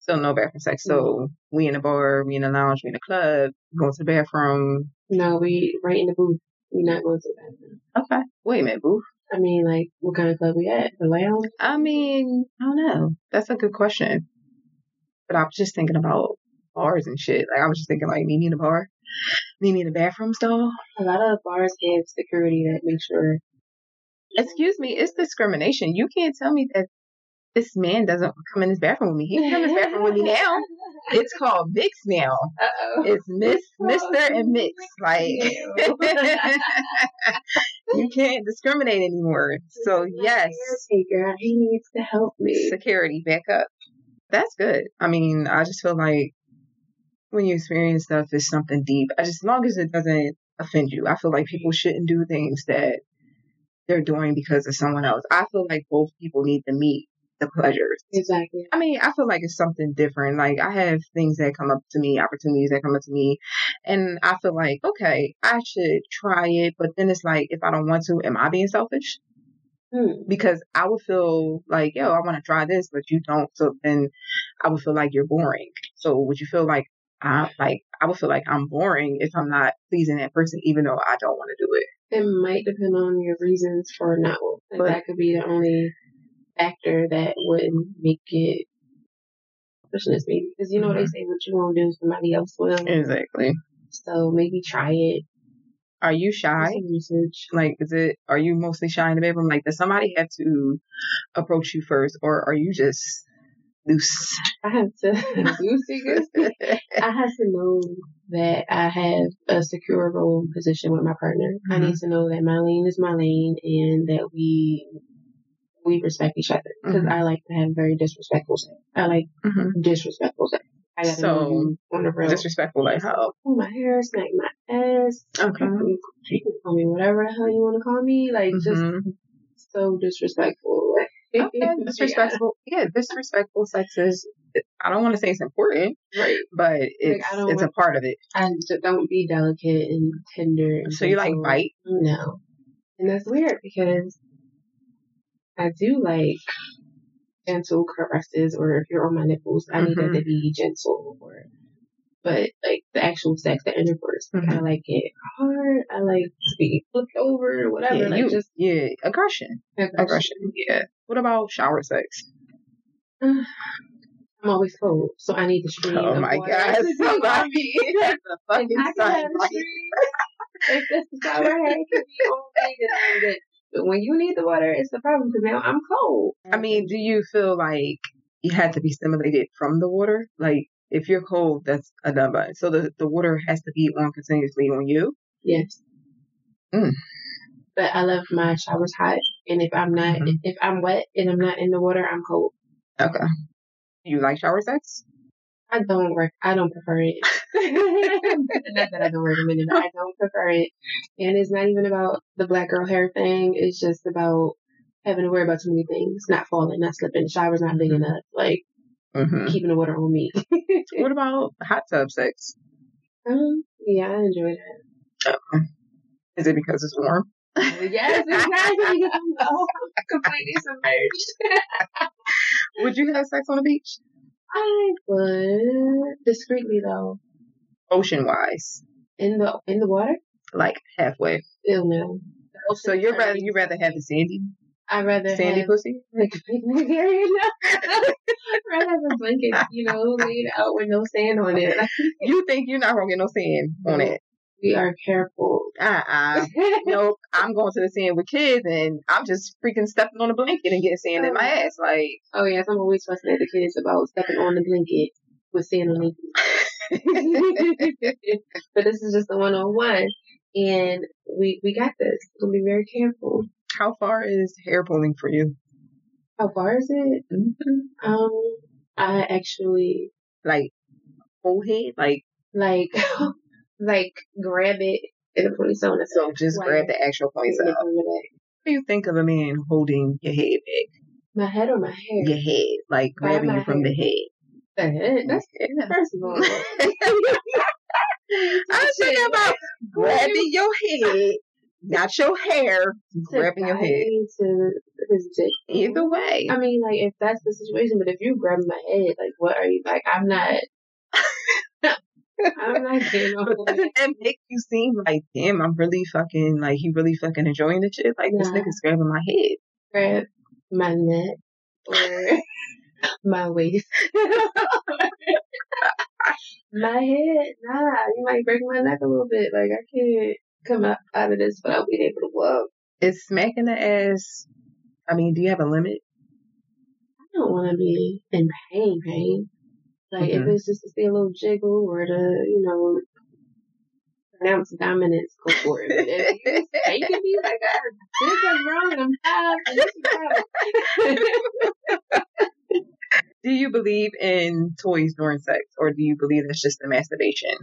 So no bathroom sex. So we in the bar, we in the lounge, we in the club, going to the bathroom. No, we right in the booth. We're not going to the bathroom. Okay. Wait a minute, boo. I mean, like, what kind of club we at? The lounge? I mean, I don't know. That's a good question. But I was just thinking about bars and shit. Like I was just thinking like meet me in the bar, meet me in the bathroom stall. A lot of bars have security that make *laughs* sure Excuse me, it's discrimination. You can't tell me that this man doesn't come in this bathroom with me. He can come in this bathroom with me now. It's called Mix now. Uh oh. It's Miss, Mister, and Mix. Like *laughs* you can't discriminate anymore. So yes, Caretaker, he needs to help me. security back up. That's good. I mean, I just feel like when you experience stuff, it's something deep. I just, as long as it doesn't offend you, I feel like people shouldn't do things that they're doing because of someone else. I feel like both people need to meet the pleasures. Exactly. I mean, I feel like it's something different. Like I have things that come up to me, opportunities that come up to me, and I feel like, okay, I should try it. But then it's like, if I don't want to, am I being selfish? Hmm. Because I would feel like, yo, I want to try this, but you don't. So then I would feel like you're boring. So would you feel like I like I would feel like I'm boring if I'm not pleasing that person, even though I don't want to do it. It might depend on your reasons for not. Like But- that could be the only factor that would make it selfishness, maybe. Because you know they Mhm. say what you won't do, somebody else will. Exactly. So maybe try it. Are you Do shy? some research. Like, is it, are you mostly shy in the bedroom? Like, does somebody have to approach you first, or are you just loose? *laughs* Mm-hmm. I have to do secrets. I have to know that I have a secure role position with my partner. I need to know that my lane is my lane and that we we respect each other. Because Mhm. I like to have very disrespectful sex. I like Mhm. disrespectful sex. I gotta know So, you on the real. Disrespectful, like how? Pull my hair, smack my ass. Okay. You can- you can call me whatever the hell you want to call me. Like just Mhm. so disrespectful. *laughs* Like, Okay, disrespectful. Yeah, disrespectful sex is. I don't want to say it's important, Yeah, right. but it's I don't it's a want- part of it. And just don't be delicate and tender. And So you like gentle. bite? No. And that's weird because I do like gentle caresses or if you're on my nipples, I need Mm-hmm. that to be gentle or but like the actual sex, the intercourse, like, Mm-hmm. I like it hard, I like to be flipped over, whatever. Yeah, like you, just yeah, aggression, aggression. Yeah. What about shower sex? I'm always cold, so I need the stream. Oh of my water. *laughs* God, *laughs* I somebody that's a fucking can have sign. *laughs* a stream. if this is how we're headed, it can be all day, then I'm good. But when you need the water, it's the problem because now I'm cold. I mean, do you feel like you had to be stimulated from the water? Like, if you're cold, that's another. So the, the water has to be on continuously on you. Yes. Mm. But I love my showers hot, and if I'm not, Mhm. if I'm wet and I'm not in the water, I'm cold. Okay. You like shower *laughs* sex? I don't rec- I don't prefer it. *laughs* not Mm-hmm. that I don't recommend it, but I don't prefer it. And it's not even about the black girl hair thing. It's just about having to worry about too many things. Not falling, not slipping. Showers not big enough. Like hmm keeping the water on me. What about hot tub sex? um, yeah, I enjoy *laughs* that. Is it because it's warm? Yes, it's nice because I'm *laughs* oh, I'm completely submerged. Would you have sex on the beach? I would discreetly though. Ocean wise, In the in the water? like halfway. Still no. Oh, So you're rather you rather have a sandy I'd rather sandy have pussy? *laughs* like a picnic area now. *laughs* Rather have a blanket, you know, laid out with no sand on it. Like, You think you're not gonna get no sand on it? we are careful. Uh uh *laughs* Nope. I'm going to the sand with kids and I'm just freaking stepping on a blanket and getting sand in my ass. Like oh yes, I'm always fussing at the kids about stepping on the blanket with sand on it. *laughs* but this is just a one on one and we we got this. We'll be very careful. how far is hair pulling for you? How far is it? Mm-hmm. Um I actually Like full head? Like like *laughs* like grab it in a ponytail. and so just Like- grab the actual points put it out. on the back. What do you think of a man holding your head back? My head or my hair? Your head, like By grabbing my you from the head. The head? That's first *laughs* of all. I'm thinking about grabbing *laughs* your head, not your hair, grabbing your head. To his dick. Either way. I mean, like, if that's the situation, but if you grab my head, like, what are you, like, I'm not, I'm not getting on But *laughs* doesn't that make you seem like, damn, I'm really fucking, like, he really fucking enjoying the shit? Like, this Nah. nigga's grabbing my head. grab my neck or my waist. *laughs* my head, nah, you might break my neck a little bit. Like, I can't come up out of this without being able to walk. Is smacking the ass, I mean, do you have a limit? I don't want to be in pain, pain. Like if Mhm. it's just to see a little jiggle or to, you know, pronounce dominance, go for it. But *laughs* if you spanking me *laughs* like I did something wrong, I'm five, and this is how- Do you believe in toys during sex, or do you believe it's just the masturbation?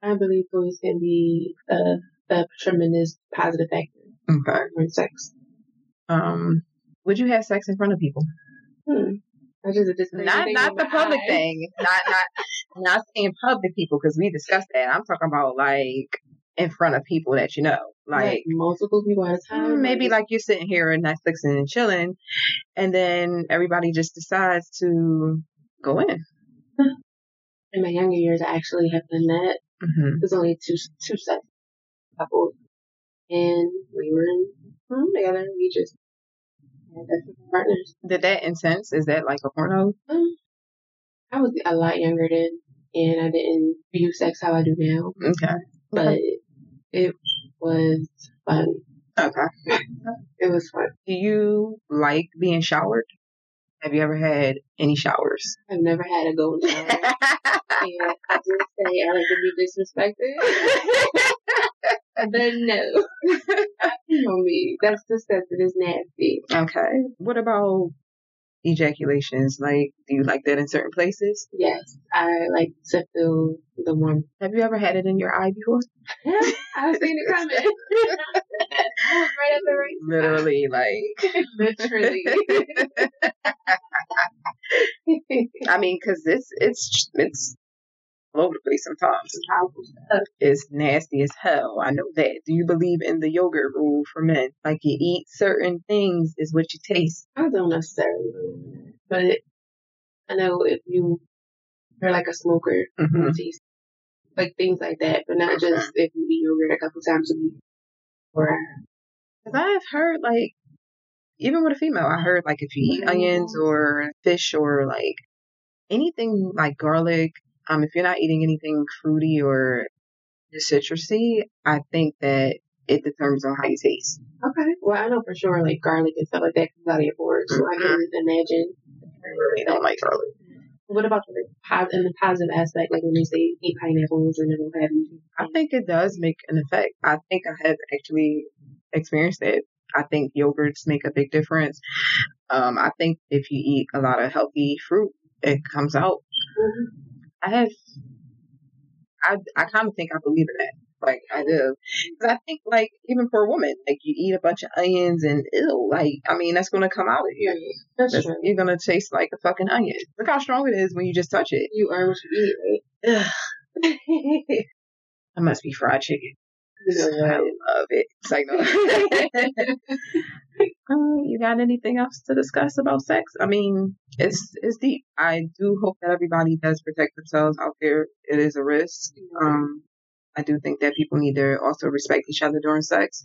I believe toys can be a, a tremendous positive factor Okay. for sex. Um, would you have sex in front of people? Hmm. I just just Not, not the public thing. Not, not, not saying public people because we discussed that. I'm talking about like in front of people that you know, Like, like multiple people at a time. Mm, maybe just- like you're sitting here and Netflixing and chilling, and then everybody just decides to go in. in my younger years, I actually have done that. hmm There's only two two sex couples, and we were in the room together. We just had sex with our partners. Did that intense? Is that like a porno? Um, I was a lot younger then, and I didn't view sex how I do now, Mm, Okay. but it was fun. Okay. It was fun. Do you like being showered? Have you ever had any showers? *laughs* I've never had a golden shower, *laughs* and I did say I like to be disrespected, but no. *laughs* You know me. That's disgusting. It's nasty. okay. What about ejaculations? Like, do you like that in certain places? Yes, I like to feel the warmth. *laughs* Have you ever had it in your eye before? I've seen it coming. I was *laughs* right up there, Literally, like, *laughs* literally. *laughs* I mean, because it's it's it's all over the place sometimes. Powerful Uh-huh. stuff. It's nasty as hell. I know that. Do you believe in the yogurt rule for men? Like you eat certain things is what you taste. I don't necessarily, believe in it, but I know if you you're like a smoker, Mm-hmm. you taste like things like that, but not just if you eat yogurt a couple times a week. Or Cause I've heard like even with a female, I heard like if you eat onions or fish or like anything like garlic, um, if you're not eating anything fruity or citrusy, I think that it determines on how you taste. Okay. Well, I know for sure, like garlic and stuff like that comes out of your porridge, so I can imagine. I really don't like garlic. What about the pos- in the positive aspect, like when they say eat pineapples and it'll have you? I think it does make an effect. I think I have actually experienced it. I think yogurts make a big difference. Um, I think if you eat a lot of healthy fruit, it comes out. Mhm. I have, I, I kind of think I believe in that. Like I do, because I think like even for a woman, like you eat a bunch of onions and ew, like I mean that's gonna come out of you. That's That's, true. you're gonna taste like a fucking onion. Look how strong it is when you just touch it. You are what you eat, Ugh, *laughs* right? you I must be fried chicken. know, you're I right. love it. It's like, no. Um, you got anything else to discuss about sex? I mean, it's it's deep. I do hope that everybody does protect themselves out there. It is a risk. Um, I do think that people need to also respect each other during sex,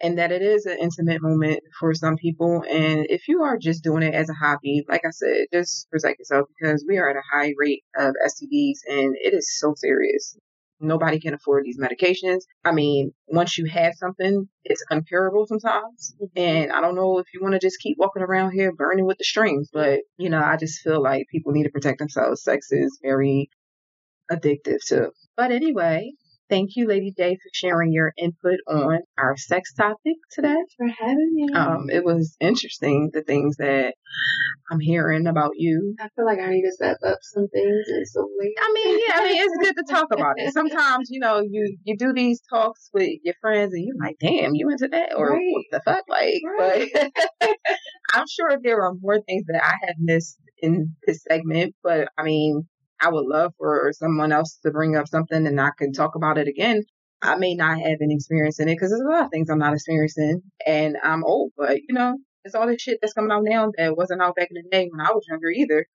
and that it is an intimate moment for some people. And if you are just doing it as a hobby, like I said, just protect yourself because we are at a high rate of STDs, and it is so serious. Nobody can afford these medications. I mean, once you have something, it's uncurable sometimes. And I don't know if you want to just keep walking around here burning with the strings, but you know, I just feel like people need to protect themselves. Sex is very addictive too. But anyway, thank you, Lady J, for sharing your input on our sex topic today. Thanks for having me. Um, it was interesting the things that I'm hearing about you. I feel like I need to step up some things and some ways. I mean, yeah, I mean, it's good to talk about it. Sometimes, you know, you you do these talks with your friends, and you're like, "Damn, you into that?" Or Right. "What the fuck?" Like, Right. but *laughs* I'm sure there are more things that I have missed in this segment. But I mean, I would love for someone else to bring up something, and I can talk about it again. I may not have an experience in it because there's a lot of things I'm not experiencing, and I'm old. But you know, it's all this shit that's coming out now that wasn't out back in the day when I was younger either.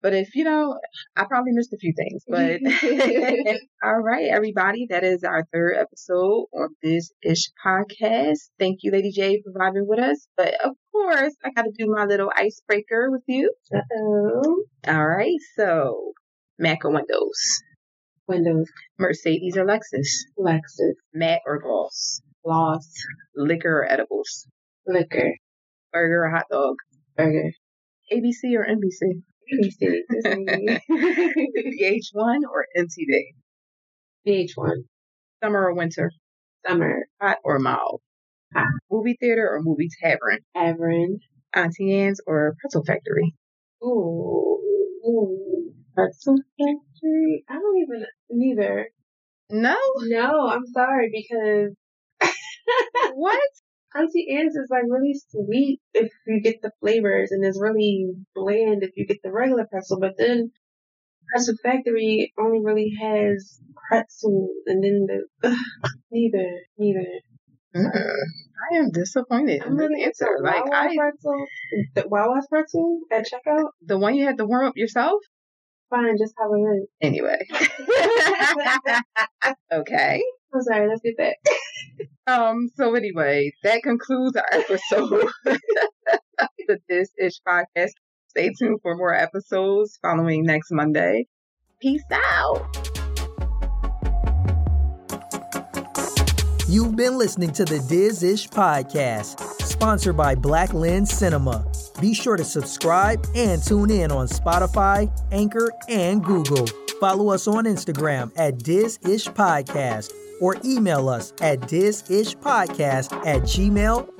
But if you know, I probably missed a few things. But *laughs* all right, everybody, that is our third episode on this ish podcast. Thank you, Lady J, for vibing with us. But of course, I got to do my little icebreaker with you. Uh-oh. All right, so Mac or Windows, Windows, Mercedes or Lexus, Lexus, Mac or Boss, Lost, Liquor or Edibles, Liquor, Burger or Hot Dog, Burger, ABC or NBC, PC, *laughs* *laughs* Disney, VH1 or MTV, VH1, Summer or Winter, Summer, hot or mild? Hot. Movie theater or movie tavern? Avon. Auntie Anne's or Pretzel Factory? Ooh, ooh, Pretzel Factory. I don't even, neither. No? No, I'm sorry because *laughs* what? Auntie Anne's is like really sweet if you get the flavors and it's really bland if you get the regular pretzel, but then Pretzel Factory only really has pretzels and then the, ugh, neither, neither. Mm-mm. I am disappointed I'm in this really into answer. Like, Wawa I, pretzel. The Wawa pretzel at checkout? the one you had to warm up yourself? Fine, just how it *laughs* is. Anyway. *laughs* okay. I'm sorry, let's get back. Um, so anyway, that concludes our episode *laughs* the This Ish podcast. Stay tuned for more episodes following next Monday. Peace out. You've been listening to the Diz Ish Podcast, sponsored by Black Lens Cinema. Be sure to subscribe and tune in on Spotify, Anchor, and Google. Follow us on Instagram at Diz Ish Podcast or email us at dizishpodcast at gmail.com.